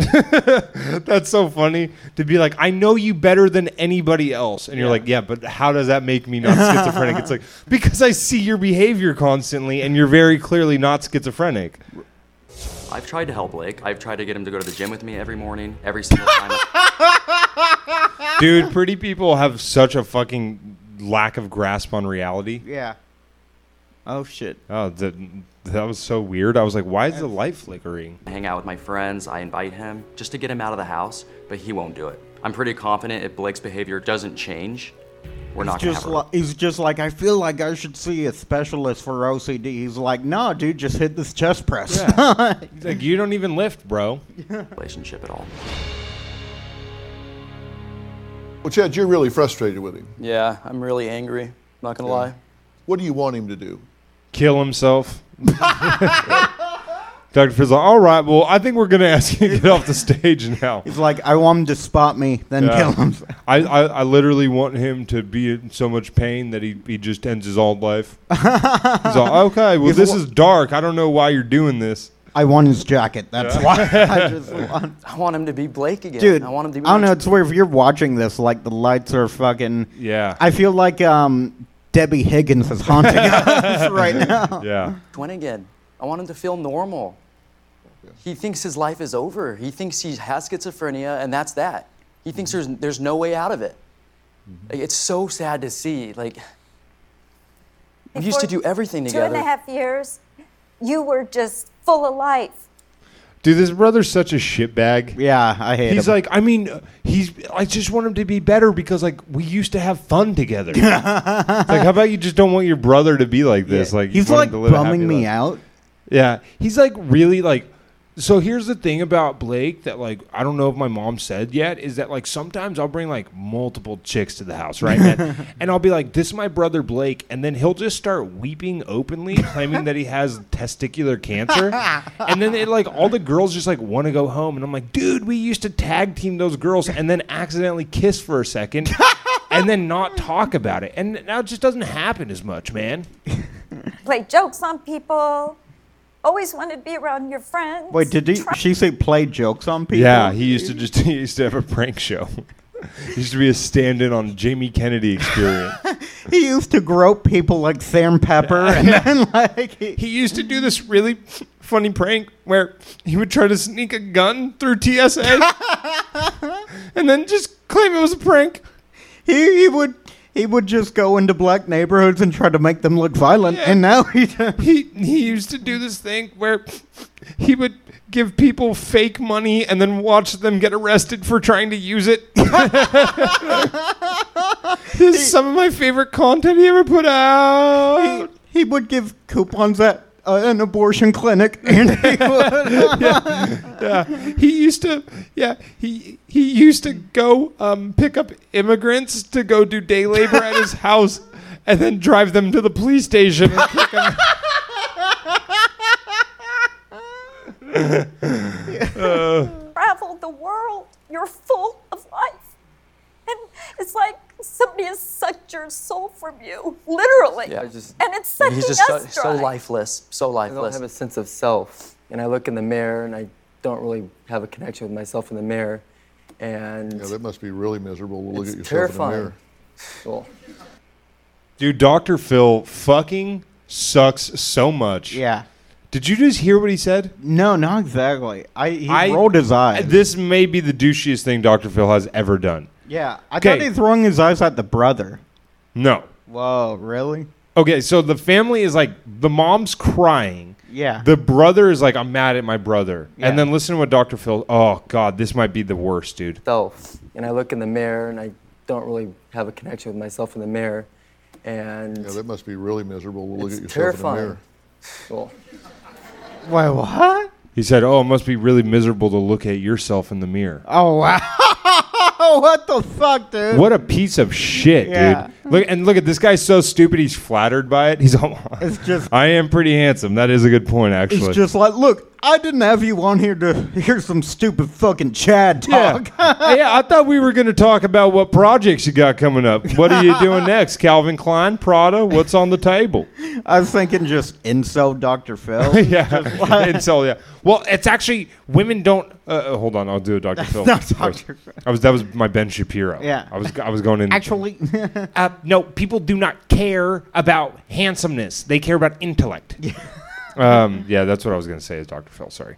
A: That's so funny to be like, I know you better than anybody else. And you're like, yeah, but how does that make me not schizophrenic? it's like, because I see your behavior constantly and you're very clearly not schizophrenic.
I: I've tried to help Blake. I've tried to get him to go to the gym with me every morning, every single
J: <laughs>
I: time.
A: Dude, pretty people have such a fucking lack of grasp on reality.
B: yeah. Oh shit.
A: Oh, that that was so weird. I was like, why is the light flickering?
I: I hang out with my friends, I invite him just to get him out of the house, but he won't do it. I'm pretty confident if Blake's behavior doesn't change, we're not gonna
B: Just
I: have a
B: li- he's just like I feel like I should see a specialist for OCD. He's like, no, dude, just hit this chest press.
A: He's like, you don't even lift, bro.
I: relationship at all.
D: Well, Chad, you're really frustrated with him.
F: Yeah, I'm really angry. Not gonna lie.
D: What do you want him to do?
A: kill himself. <laughs> Dr. Fizzle, all right, well, I think we're going to ask you to get off the stage now.
B: <laughs> He's like, I want him to spot me, then
A: Yeah.
B: kill him. <laughs>
A: I, I, I literally want him to be in so much pain that he, he just ends his old life. He's all, okay, well,
B: He's
A: this
B: wa-
A: is dark. I don't know why you're doing this.
B: I want his jacket. That's why <laughs>
I: <laughs>
B: I just want.
I: I want him to be Blake again.
B: Dude,
I: I want him to be.
B: don't know. It's weird if you're watching this. Like the lights are fucking.
A: Yeah.
B: I feel like um, Debbie Higgins is
I: <laughs>
B: haunting us right now.
A: Yeah.
I: Twin again. I want him to feel normal. He thinks his life is over. He thinks he has schizophrenia, and that's that. He thinks there's there's no way out of it. Like, It's so sad to see. Like we used to do
E: Before
I: everything
E: Two
I: together.
E: and a half years, you were just full of life.
A: Dude, this brother's such a shitbag.
B: Yeah, I hate
A: He's
B: him.
A: like, I mean, he's. I just want him to be better because, like, we used to have fun together. It's like, how about you just don't want your brother to be like this? Like, you
B: he's
A: want
B: like
A: him to live a happy
B: bumming me
A: life.
B: out.
A: Yeah, he's like really like. So here's the thing about Blake that like I don't know if my mom said yet is that like sometimes I'll bring like multiple chicks to the house, right? And, and I'll be like, "This is my brother Blake," and then he'll just start weeping openly, claiming that he has testicular cancer, and then it like all the girls just like want to go home, and I'm like, "Dude, we used to tag team those girls, and then accidentally kiss for a second, and then not talk about it, and now it just doesn't happen as much, man."
E: Play jokes on people. Always wanted to be around your friends.
B: Wait, did he, she say play jokes on people?
A: Yeah, he used to just <laughs> he used to have a prank show. <laughs> he used to be a stand-in on Jamie Kennedy Experience.
B: He used to grope people like Sam Pepper, and then like he,
A: <laughs> he used to do this really funny prank where he would try to sneak a gun through <laughs> TSA and then just claim it was a prank.
B: he, he would he would just go into black neighborhoods and try to make them look violent,
A: Yeah.
B: and now he does.
A: He he used to do this thing where he would give people fake money and then watch them get arrested for trying to use it. <laughs> this is some of my favorite content he ever put out.
B: he, he would give coupons at uh, an abortion clinic, <laughs> and he would,
A: he used to yeah he he used to go um, pick up immigrants to go do day labor at <laughs> his house and then drive them to the police station and kick 'em.
H: travel the world. You're full of life. And it's like somebody has sucked your soul from you, literally.
I: Yeah, I just-
H: and it's
I: And
H: sucking
I: he's just so,
H: us
I: so
H: dry.
I: lifeless, so
F: I don't have a
I: lifeless.
F: sense of self, and I look in the mirror, and I don't really have a connection with myself in the mirror, and
D: Yeah, that must be really miserable to look
F: it's
D: at yourself
F: terrifying.
D: in the mirror.
F: Well,
A: <laughs> dude dr phil fucking sucks so much
B: yeah.
A: did you just hear what he said
B: No, not exactly. I he
A: I-
B: rolled his eyes.
A: this may be the douchiest thing dr phil has ever done
B: yeah, I
A: Okay.
B: thought he was throwing his eyes at the brother.
A: no
B: Whoa, really?
A: okay so the family is like the mom's crying
B: Yeah.
A: the brother is like i'm mad at my brother
B: Yeah.
A: and then listen to what dr phil oh god this might be the worst dude
F: self, and I look in the mirror, and I don't really have a connection with myself in the mirror, and
D: Yeah, that must be really miserable to look
F: it's
D: at yourself in the
F: terrifying.
D: mirror.
F: Well,
B: Wait, what?
A: He said, "Oh, it must be really miserable to look at yourself in the mirror."
B: Oh wow! <laughs> what the fuck, dude?
A: What a piece of shit,
B: Yeah.
A: dude! Look and look at this guy's so stupid. He's flattered by it. He's <laughs> all,
B: It's just-
A: I am pretty handsome. That is a good point,
B: He's
A: actually.
B: just like, look, I didn't have you on here to <laughs> hear some stupid fucking Chad
A: yeah,
B: <laughs> talk.
A: yeah. I thought we were going to talk about what projects you got coming up. What are you
B: <laughs>
A: doing next, Calvin Klein, Prada? What's on the table?
B: I was thinking just insult Dr. Phil.
A: <laughs>
B: <laughs>
A: yeah, and so yeah. Well, it's actually women don't. Uh, Uh, hold on, I'll do a Dr. Phil.
B: not <laughs> Dr. Phil.
A: I was that was my Ben Shapiro.
B: Yeah.
A: I was I was going in
B: Actually,
A: uh, no, people do not care about handsomeness. They care about intellect. um, yeah, that's what I was going to say is Dr. Phil. Sorry.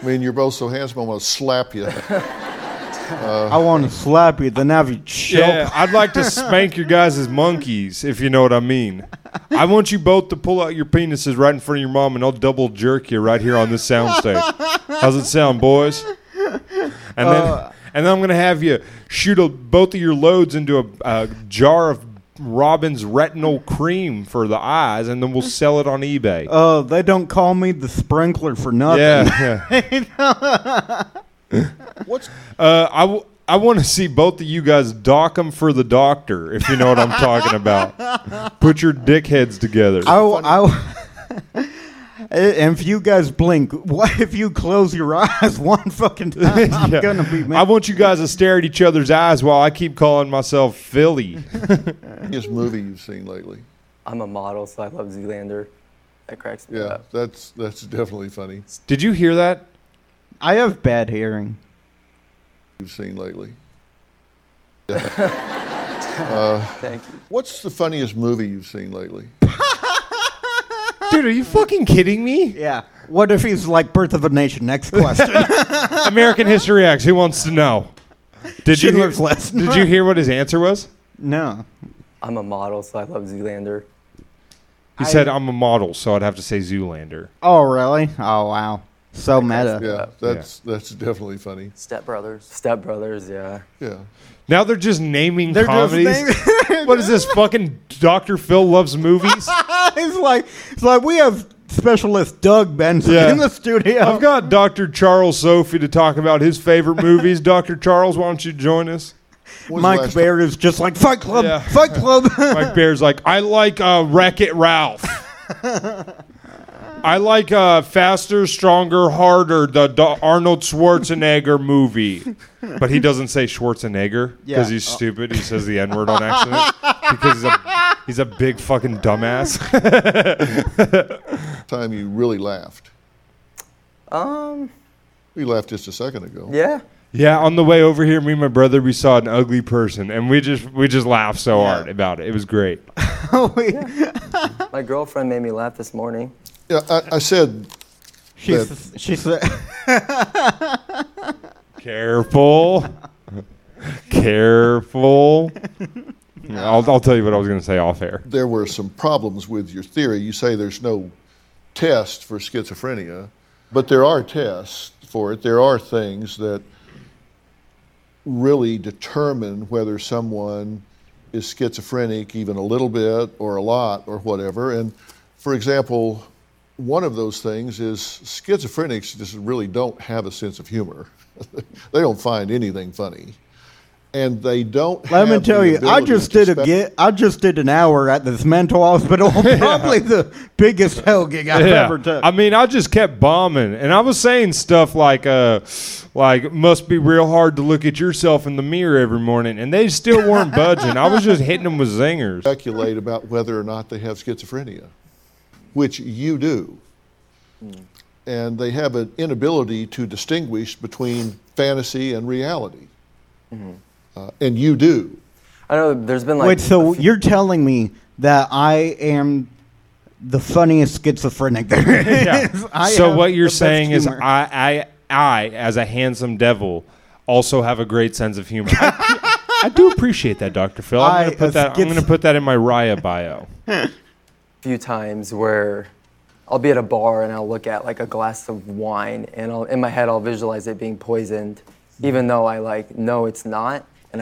D: I mean, you're both so handsome, I'm going to slap you. <laughs>
B: I want to slap you, then have you choke.
A: Yeah, I'd like to spank your guys as monkeys, if you know what I mean. I want you both to pull out your penises right in front of your mom, and I'll double jerk you right here on this soundstage. How's it sound, boys? And then, and then I'm gonna have you shoot a, both of your loads into a, a jar of Robin's retinal cream for the eyes, and then we'll sell it on eBay.
B: Oh, they don't call me the sprinkler for nothing. <laughs>
A: yeah, yeah.
D: What's
A: Uh, I, w- I want to see both of you guys dock 'em for the
B: <laughs>
A: doctor, if you know what I'm talking about. Put your dickheads together.
B: I, w- <laughs> I w- And if you guys blink, what if you close your <laughs> eyes
A: <laughs>
B: one fucking time? I'm
A: Yeah.
B: gonna be
A: I
B: mad.
A: want you guys to stare at each other's eyes while I keep calling myself
B: <laughs>
A: Philly.
D: Biggest movie you've seen lately?
F: I'm a model, so I love Zoolander. That cracks me
D: Yeah,
F: up.
D: that's that's definitely funny.
A: Did you hear that?
B: I have bad hearing.
D: You've seen lately.
F: <laughs> Thank you.
D: Uh, What's the funniest movie you've seen lately?
A: Dude, are you fucking kidding me?
B: Yeah. What if he's like Birth of a Nation? Next question.
A: <laughs> American History X. Who wants to know? Did
B: Schindler's List.
A: Did you hear what his answer was?
B: no.
F: I'm a model, so I love Zoolander.
A: He said, "I'm a model, so I'd have to say Zoolander."
B: Oh really? Oh wow. So meta.
D: Yeah, that's that's definitely funny.
F: Step Brothers. Step Brothers, yeah.
D: Yeah.
A: Now they're just naming
B: They're just
A: comedies. what is this fucking Doctor Phil loves movies?
B: <laughs> it's like it's like we have specialist Doug Benson
A: Yeah.
B: in the studio.
A: I've got Doctor Charles Sophie to talk about his favorite movies. Doctor Charles, why don't you join us?
D: When's the
B: Mike
D: last-
B: Bear is just like Fight Club,
A: Yeah.
B: Fight Club. <laughs>
A: Mike Bear's like, I like uh, Wreck It Ralph. I like uh, Faster, Stronger, Harder, the, the Arnold Schwarzenegger movie. But he doesn't say Schwarzenegger because
B: Yeah.
A: he's stupid. He says the N word on accident because he's a, he's a big fucking dumbass.
D: time you really laughed?
F: Um,
D: We laughed just a second ago.
F: yeah.
A: yeah, on the way over here, me and my brother, we saw an ugly person and we just we just laughed so hard about it. It was great.
F: My girlfriend made me laugh this morning.
D: Yeah, I, I said
B: she s-
A: <laughs>
B: she said,
A: Careful. Careful. I'll, I'll tell you what I was going to say off air.
D: there were some problems with your theory. You say there's no test for schizophrenia, but there are tests for it. There are things that really determine whether someone is schizophrenic, even a little bit or a lot or whatever. And for example, one of those things is schizophrenics just really don't have a sense of humor. <laughs> they don't find anything funny. And they don't
B: "Let me
D: have the
B: tell you, I
D: ability
B: just
D: to
B: did a
D: spe-
B: get, I just did an hour at this mental
A: <laughs>
B: hospital, probably the biggest hell gig I've ever took."
A: I mean, I just kept bombing, and I was saying stuff like, uh, like must be real hard to look at yourself in the mirror every morning, and they still weren't budging. I was just hitting them with zingers.
D: speculate about whether or not they have schizophrenia, which you do. And they have an inability to distinguish between fantasy and reality. Uh, and you do.
F: I know there's been like.
B: Wait, so
F: a few-
B: you're telling me that I am the funniest
A: <laughs>
B: schizophrenic there is? <laughs> I
A: so
B: have
A: what you're
B: the best
A: saying is,
B: humor.
A: I, I, I, as a handsome devil, also have a great sense of humor. I, I do appreciate that, Doctor Phil. I'm
B: I,
A: gonna put
B: uh,
A: that. I'm
B: schiz-
A: gonna put that in my Raya
B: <laughs>
A: bio.
F: few times where I'll be at a bar and I'll look at like a glass of wine and I'll, in my head I'll visualize it being poisoned, even though I like no it's not. And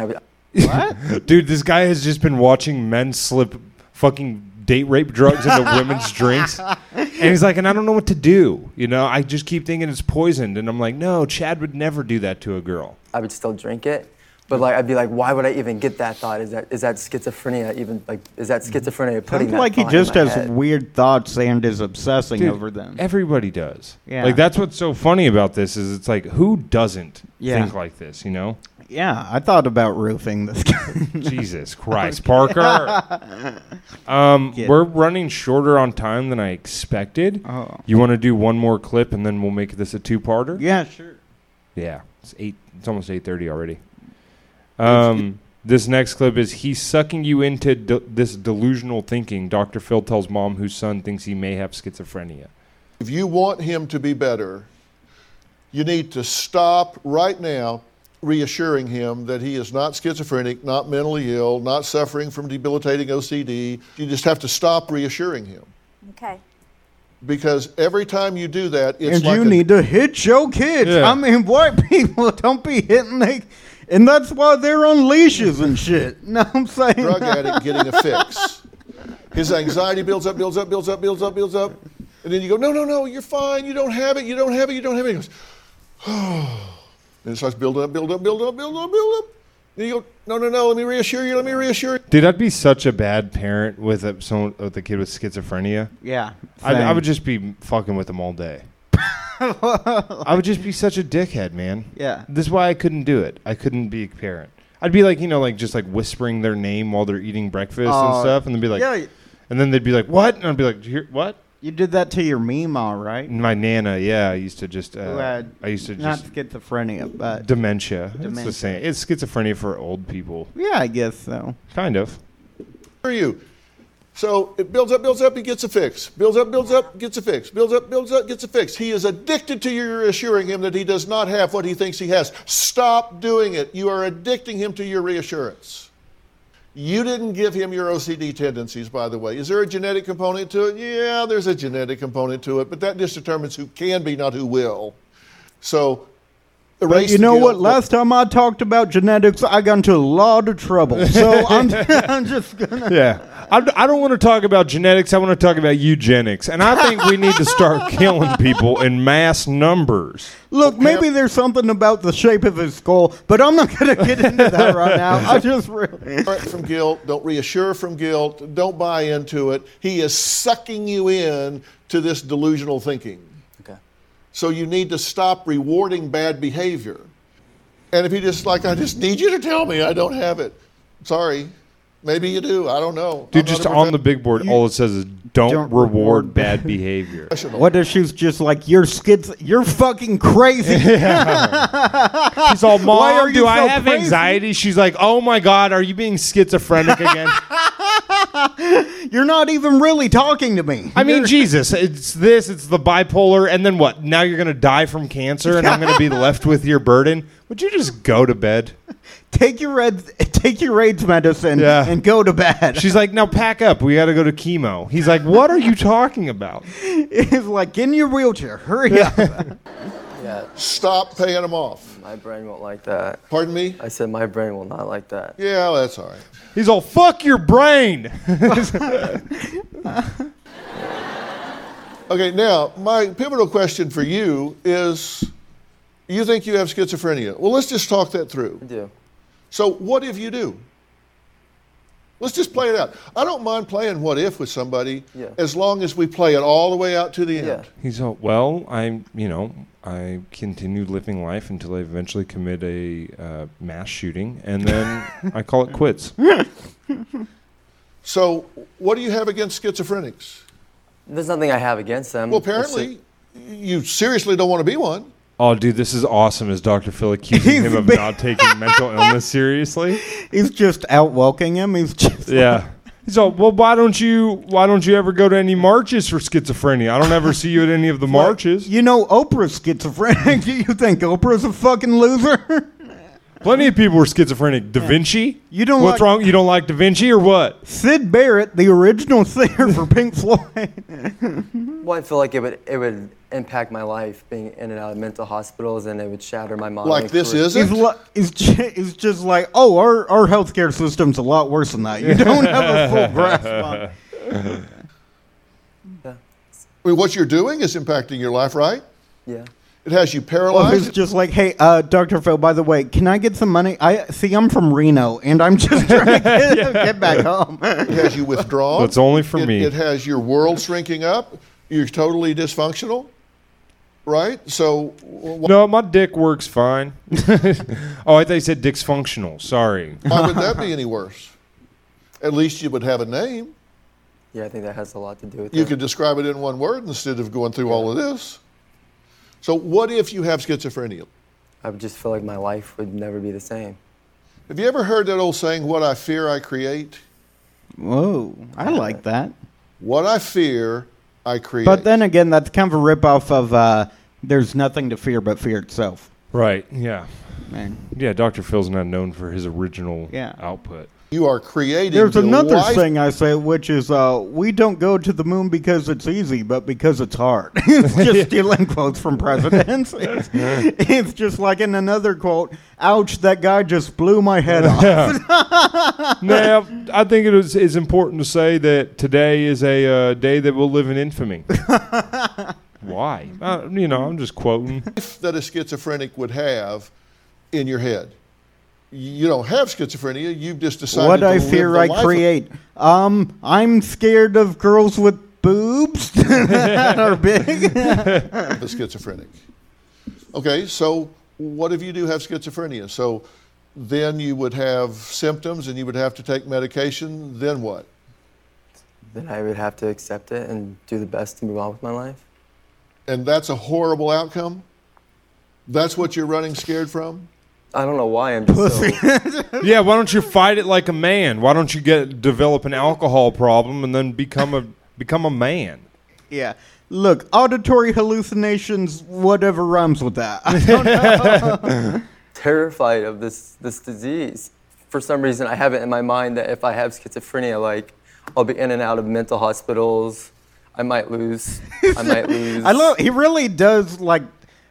F: I,
A: Dude, this guy has just been watching men slip fucking date rape drugs into
B: <laughs>
A: women's drinks. And he's like, and I don't know what to do. You know, I just keep thinking it's poisoned. And I'm like, no, Chad would never do that to a girl.
F: I would still drink it, but like I'd be like, why would I even get that thought? Is that is that schizophrenia? Even like is that schizophrenia putting
B: Sounds
F: that
B: like he
F: thought in
B: just
F: my
B: has
F: head?
B: weird thoughts and is obsessing
A: Dude,
B: over them.
A: Everybody does.
B: Yeah.
A: Like that's what's so funny about this is it's like who doesn't
B: Yeah.
A: think like this, you
B: <laughs>
A: know?
B: yeah, I thought about roofing this guy.
A: <laughs> Jesus Christ, Parker.
B: <laughs>
A: Um,
B: Get it.
A: we're running shorter on time than I expected.
B: Oh.
A: You want to do one more clip and then we'll make this a two-parter?
B: yeah, sure.
A: Yeah, it's eight. It's almost eight thirty already. Um, this next clip is he's sucking you into de- this delusional thinking. Doctor Phil tells mom whose son thinks he may have schizophrenia.
D: If you want him to be better, you need to stop right now reassuring him that he is not schizophrenic, not mentally ill, not suffering from debilitating OCD. You just have to stop reassuring him.
E: Okay.
D: Because every time you do that, it's
B: and
D: like
B: you
D: a-
B: need to hit your kids.
A: Yeah.
B: I mean, white <laughs> people don't be hitting they, and that's why they're on leashes and shit. <laughs> No, I'm saying
D: drug addict getting a fix. His anxiety builds up, builds up, builds up, builds up, builds up. And then you go, no, no, no, you're fine. You don't have it. You <sighs> don't have it. You don't have it. He goes, and it starts building up, build up, build up, build up, build up. And you go, no, no, no. Let me reassure you. Let me reassure you.
A: Dude, I'd be such a bad parent with a, someone with a kid with schizophrenia.
B: <laughs> Yeah.
A: I, I
B: same.
A: would just be fucking with them all
B: <laughs>
A: day. I would just be such a dickhead, man.
B: Yeah.
A: This is why I couldn't do it. I couldn't be a parent. I'd be like, you know, like just like whispering their name while they're eating breakfast and
B: Oh,
A: stuff, and they'd be like,
B: yeah.
A: and then they'd be like, what? And I'd be like, "Here- what?
B: You did that to your Mima, right?
A: My nana, yeah, I used to just, uh,
B: Who had
A: I used to
B: not
A: just
B: schizophrenia, but
A: dementia. It's the
B: Dementia.
A: same. It's schizophrenia for old people,
B: yeah, I guess so.
A: kind of.
D: Reassure you. So it builds up, builds up. He gets a fix. Builds up, builds up. Gets a fix. Builds up, builds up. Gets a fix. He is addicted to your reassuring him that he does not have what he thinks he has. Stop doing it. You are addicting him to your reassurance. You didn't give him your OCD tendencies, by the way. Is there a genetic component to it? Yeah, there's a genetic component to it, but that just determines who can be, not who will. So,
B: But
D: erase
B: you
D: the
B: know what?
D: guilt.
B: Last time I talked about genetics, I got into a lot of trouble. <laughs> So I'm, I'm just gonna.
A: Yeah. I, I don't want to talk about genetics. I want to talk about eugenics. And I think we need to start killing people in mass numbers.
B: Look, maybe there's something about the shape of his skull, but I'm not gonna get into that right now. I just really.
D: Correct from guilt, don't reassure from guilt, don't buy into it. He is sucking you in to this delusional thinking.
J: Okay.
D: So you need to stop rewarding bad behavior. And if he just like, I just need you to tell me I don't have it. Sorry. Maybe you do. I don't know.
A: Dude,
D: I'm
A: just
D: not a
A: on the big board, all it says is don't,
B: Don't
A: reward, <laughs>
B: reward
A: bad behavier.
B: <laughs> What if she's just like you're schiz? You're fucking <laughs> crazy.
A: He's all,
B: Why are
A: Mom,
B: you
A: do I
B: so
A: have
B: crazy?"
A: anxiety? She's like, oh my God, are you being schizophrenic
B: <laughs>
A: again?
B: you're not even really talking to me.
A: I mean, Jesus, it's this, it's the bipolar, and then what? Now you're going to die from cancer and I'm going to be left with your burden? Would you just go to bed?
B: take your red, <laughs> take your AIDS medicine,
A: Yeah.
B: and go to bed. <laughs>
A: She's like, now pack up. We got to go to chemo. He's like, what are you talking about?
B: It's like in your wheelchair. Hurry up.
F: Yeah,
D: Stop paying him off.
F: my brain won't like that.
D: Pardon me?
F: I said my brain will not like that.
D: Yeah, that's all right.
A: He's all, fuck your brain. <laughs>
D: Okay, now my pivotal question for you is you think you have schizophrenia. Well, let's just talk that through.
F: I do.
D: So, what if you do? Let's just play it out. I don't mind playing what if with somebody
F: Yeah.
D: as long as we play it all the way out to the end.
F: Yeah.
A: He's all, well, I, you know, I continue living life until I eventually commit a uh, mass shooting, and then I call it <laughs> quits.
D: So, what do you have against schizophrenics?
F: There's nothing I have against them.
D: Well,
F: It's just-
D: apparently, you seriously don't want to be one.
A: Oh, dude, this is awesome. Is Dr. Phil accusing
B: He's
A: him of
B: been-
A: not taking <laughs> mental illness seriously?
B: He's just out walking him. He's just
A: Yeah. He's all, well, why don't you, why don't you ever go to any marches for schizophrenia? I don't ever see you at any <laughs> of the marches.
B: You know, Oprah's schizophrenic. <laughs> Do you think Oprah's a fucking loser? <laughs>
A: Plenty of people were schizophrenic. Da Vinci?
B: You don't
A: What's
B: like-
A: wrong? You don't like Da Vinci or what?
B: Sid Barrett, the original singer for Pink Floyd.
F: Well, I feel like it would it would impact my life being in and out of mental hospitals, and it would shatter my mind.
D: Like this is
B: He's,
D: it?
B: li- he's, ju- he's just like, oh, our, our healthcare system's a lot worse than that. You don't have a full grasp on it.
D: I mean, what you're doing is impacting your life, right?
F: Yeah.
D: It has you
B: Well, he's
D: paralyzed.
B: just like, hey, uh, Dr. Phil, by the way, can I get some money? I See, I'm from Reno, and I'm just trying to get, get back home. <laughs>
D: it has you withdrawn.
A: That's only for
D: it,
A: me.
D: It has your world shrinking up. You're totally dysfunctional, right? So, wh-
A: No, my dick works fine. oh, I thought you said dick's functional. Sorry.
D: why would that be any worse? At least you would have a name.
F: Yeah, I think that has a lot to do with
D: You
F: it.
D: could describe it in one word instead of going through all of this. So, what if you have schizophrenia?
F: I would just feel like my life would never be the same.
D: Have you ever heard that old saying, What I fear, I create?
B: Whoa, I like that.
D: What I fear, I create.
B: But then again, that's kind of a ripoff of uh, There's Nothing to Fear But Fear Itself.
A: Right. Yeah.
B: Man.
A: Yeah. Dr. Phil's not known for his original
B: Yeah.
A: output.
D: you are creating.
B: There's
D: the
B: another
D: life-
B: thing I say, which is uh, we don't go to the moon because it's easy, but because it's hard. <laughs>
D: <laughs>
B: it's just stealing quotes from presidents. <laughs> It's, it's just like in another quote, ouch, that guy just blew my
D: <laughs>
B: head off.
A: now, I think it is, is important to say that today is a uh, day that will live in infamy. Why? Uh, you know, I'm just quoting.
D: that a schizophrenic would have in your head. you don't have schizophrenia. You've just decided
B: What
D: to
B: I
D: live
B: fear
D: the
B: I
D: life of-
B: create. Um, I'm scared of girls with boobs <laughs> that are big. <laughs>
D: the schizophrenic. Okay, so what if you do have schizophrenia? So then you would have symptoms and you would have to take medication. Then what?
F: Then I would have to accept it and do the best to move on with my life.
D: And that's a horrible outcome? That's what you're running scared from?
F: I don't know why I'm just
D: <laughs>
F: so.
A: Yeah, why don't you fight it like a man? Why don't you get develop an alcohol problem and then become a become a man?
B: yeah. Look, auditory hallucinations, whatever rhymes with
D: <laughs>
B: that. I don't know.
F: terrified of this this disease. For some reason, I have it in my mind that if I have schizophrenia, like I'll be in and out of mental hospitals. I might lose.
D: <laughs>
F: I might lose.
B: I love. He really does like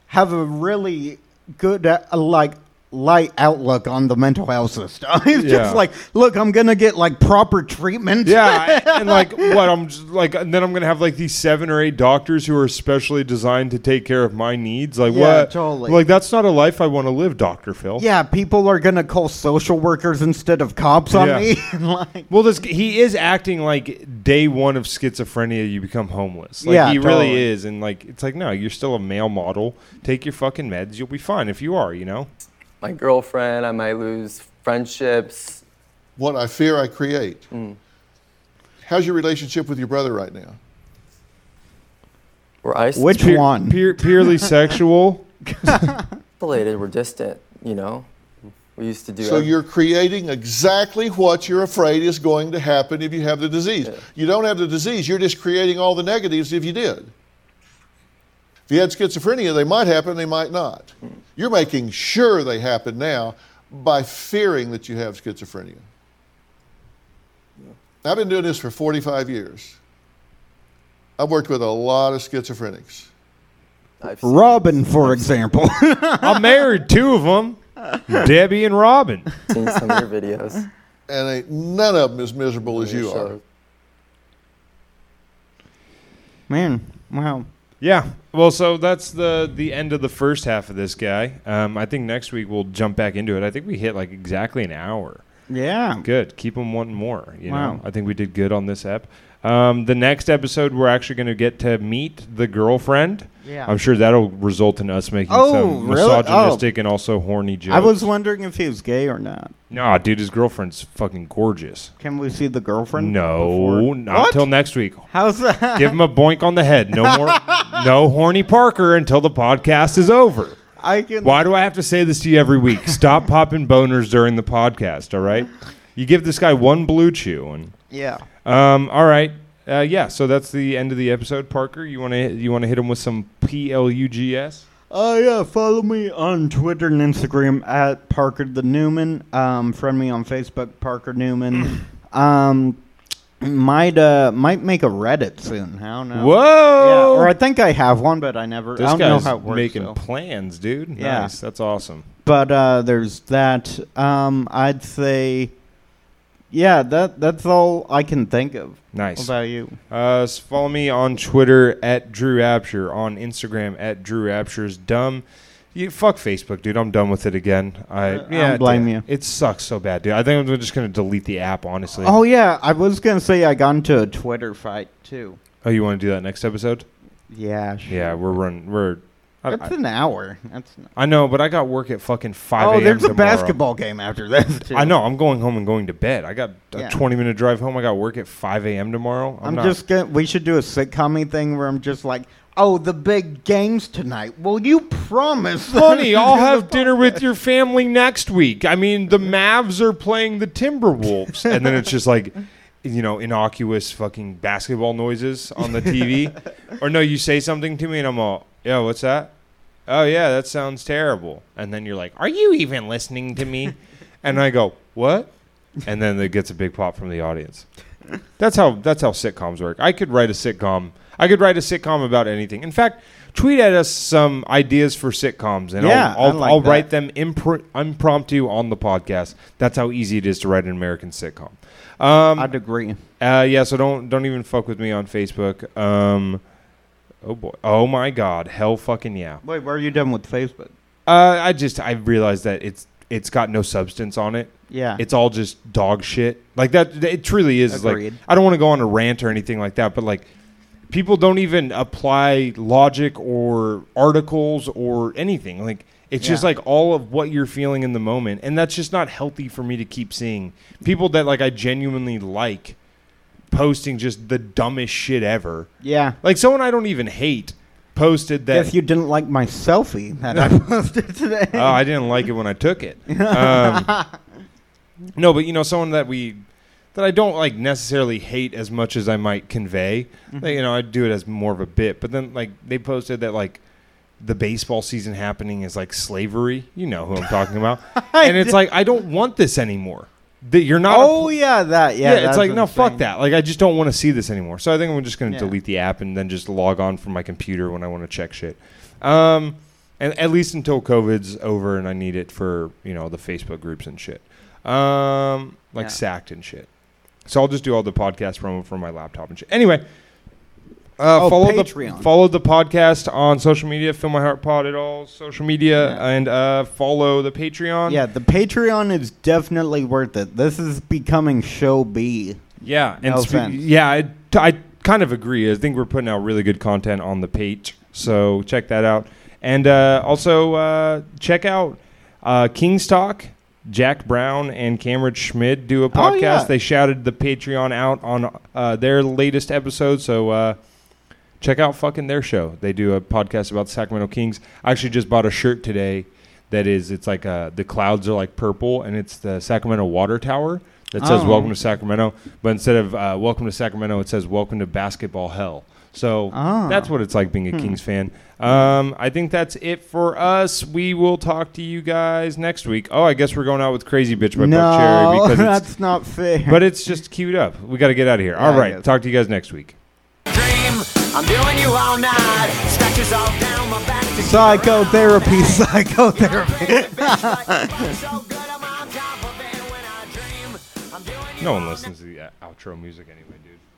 B: have a really good uh, like light outlook on the mental health system. <laughs> He's
A: Yeah.
B: just like, look, I'm gonna get like proper treatment. <laughs>
A: Yeah, and like what I'm just like, and then I'm gonna have like these seven or eight doctors who are specially designed to take care of my needs. Like
B: Yeah,
A: what?
B: totally.
A: Like that's not a life I want to live, Doctor Phil.
B: yeah. People are gonna call social workers instead of cops on
A: Yeah.
B: me. <laughs> like,
A: Well, this he is acting like day one of schizophrenia, you become homeless. Like
B: Yeah,
A: he really
B: totally.
A: is, and like it's like no, you're still a male model. Take your fucking meds, you'll be fine if you are. You know.
F: my girlfriend. I might lose friendships.
D: What I fear I create. How's your relationship with your brother right now?
F: We're isolated.
B: which
A: Pure-
B: one?
A: pure-
B: <laughs>
A: purely sexual.
F: We're distant. You know. We used to do.
D: So
F: ev-
D: you're creating exactly what you're afraid is going to happen if you have the disease. You don't have the disease, you're just creating all the negatives if you did. If you had schizophrenia, they might happen, they might not. You're making sure they happen now by fearing that you have schizophrenia. I've been doing this for 45 years. I've worked with a lot of schizophrenics.
F: I've seen-
B: Robin, for example. <laughs>
A: I married two of them, Debbie and Robin.
F: seen some of your videos.
D: And ain't none of them as miserable as you are.
F: So
B: Man, wow.
A: Yeah. Well, so that's the the end of the first half of this guy. Um, I think next week we'll jump back into it. I think we hit like exactly an hour.
B: Yeah.
A: Good. Keep them wanting more. You know,
B: Wow.
A: I think we did good on this app. Um, the next episode, we're actually going to get to meet the girlfriend.
B: Yeah.
A: I'm sure that'll result in us making
B: Oh,
A: some
B: really? Oh.
A: misogynistic and also horny jokes.
B: I was wondering if he was gay or not.
A: nah, dude. His girlfriend's fucking gorgeous.
B: Can we see the girlfriend?
A: No,
B: before?
A: not
B: What?
A: until next week.
B: How's that? <laughs>
A: Give him a boink on the head. No more, no horny Parker until the podcast is over.
B: I can.
A: Why do I have to say this to you every week? Stop popping boners during the podcast. All right, you give this guy one blue chew, and
B: Yeah.
A: um, all right, uh, yeah. So that's the end of the episode. Parker, you want to you want to hit him with some plugs?
B: Oh yeah, follow me on Twitter and Instagram at Parker the Newman. Um, friend me on Facebook, Parker
A: <clears throat>
B: Newman. um, might uh might make a Reddit soon. I don't know. Yeah,
A: Whoa!
B: or I think I have one, but I never.
A: this
B: I don't know
A: guy's
B: how it works.
A: making
B: so.
A: plans, dude.
B: Yeah.
A: Nice, that's awesome.
B: but uh, there's that. Um, I'd say, yeah, that that's all I can think of.
A: Nice.
B: What about you?
A: Uh, s- follow me on Twitter at Drew Absher, on Instagram at Drew Absher's dumb. You fuck Facebook, dude. I'm done with it again. I
B: Uh, I
A: yeah,
B: don't blame
A: it,
B: you.
A: It sucks so bad, dude. I think I'm just gonna delete the app, honestly.
B: Oh yeah, I was gonna say I got into a Twitter fight too.
A: Oh, you want to do that next episode?
B: Yeah. Sure.
A: Yeah, we're running. We're. I,
B: That's
A: I,
B: an hour. That's. Not-
A: I know, but I got work at fucking five.
B: Oh,
A: a.m.
B: there's a
A: tomorrow.
B: basketball game after this. Too.
A: I know. I'm going home and going to bed. I got a
B: Yeah.
A: 20 minute drive home. I got work at 5 a.m. tomorrow. I'm,
B: I'm,
A: not,
B: just gonna. We should do a sitcom thing where I'm just like, oh, the big games tonight. Well, you promise. <laughs>
A: Funny, I'll have dinner with your family next week. I mean, the Mavs are playing the Timberwolves. And then it's just like, you know, innocuous fucking basketball noises on the TV. or no, you say something to me and I'm all, yeah, what's that? Oh, yeah, that sounds terrible. And then you're like, are you even listening to me? and I go, what? And then it gets a big pop from the audience. That's how that's how sitcoms work. I could write a sitcom. I could write a sitcom about anything. In fact, tweet at us some ideas for sitcoms, and
B: Yeah,
A: I'll
B: I
A: I'll,
B: like
A: I'll
B: that.
A: write them impro- impromptu on the podcast. That's how easy it is to write an American sitcom. Um,
B: I'd agree.
A: uh, yeah, so don't don't even fuck with me on Facebook. Um, oh boy, oh my god, hell fucking yeah.
B: Wait, where are you done with Facebook?
A: Uh, I just I realized that it's it's got no substance on it.
B: Yeah.
A: It's all just dog shit. Like that it truly is like
B: Agreed.
A: I don't want to go on a rant or anything like that, but like people don't even apply logic or articles or anything. Like it's just
B: Yeah.
A: like all of what you're feeling in the moment and that's just not healthy for me to keep seeing. People that like I genuinely like posting just the dumbest shit ever.
B: Yeah.
A: Like someone I don't even hate posted that
B: If you didn't like my selfie <laughs> that I posted today. <laughs>
A: Oh, I didn't like it when I took it. Um, no, but you know, someone that we that I don't like necessarily hate as much as I might convey. Like, you know, I do it as more of a bit. But then, like, they posted that like the baseball season happening is like slavery. You know who I'm talking about? and it's like I don't want this anymore. That you're not. a
B: oh
A: pl-
B: yeah, that yeah.
A: it's
B: that's
A: like no, fuck
B: insane.
A: that. Like I just don't want to see this anymore. So I think I'm just going to
B: Yeah.
A: delete the app and then just log on from my computer when I want to check shit. Um, and at least until COVID's over and I need it for you know the Facebook groups and shit, um, like
B: Yeah.
A: Sacked and shit. So I'll just do all the podcast promo from my laptop and shit. Anyway. Uh,
B: Oh,
A: follow
B: Patreon.
A: the follow the podcast on social media. Fill my heart pod at all social media,
B: Yeah.
A: and uh, follow the Patreon.
B: Yeah, the Patreon is definitely worth it. This is becoming show B.
A: Yeah, and
B: No
A: spe-
B: offense.
A: yeah, I, t- I kind of agree. I think we're putting out really good content on the page, so check that out. And uh, also uh, check out uh, Kingstock. Jack Brown and Cameron Schmidt do a
B: Oh,
A: podcast.
B: yeah.
A: They shouted the Patreon out on uh, their latest episode, so uh, check out fucking their show. They do a podcast about the Sacramento Kings. I actually just bought a shirt today that is it's like uh, the clouds are like purple and it's the Sacramento Water Tower that says
B: Oh.
A: welcome to Sacramento, but instead of uh, welcome to Sacramento, it says welcome to basketball hell. So
B: Ah.
A: that's what it's like being a Kings fan. Um, I think that's it for us. We will talk to you guys next week. Oh, I guess we're going out with Crazy Bitch by Buck Cherry
B: No, <laughs>
A: because it's,
B: that's not fair.
A: but it's just queued up. We got to get out of here.
B: I
A: All right,
B: guess.
A: talk to you guys next week.
C: Dream, I'm doing you all night. Scratches all down my back. to
B: psychotherapy, <laughs> psychotherapy.
C: keep around. Bitch, like, so good, I'm on top of it when I dream. I'm doing you
A: No
C: all
A: one
C: night.
A: listens to the uh, outro music anyway, dude.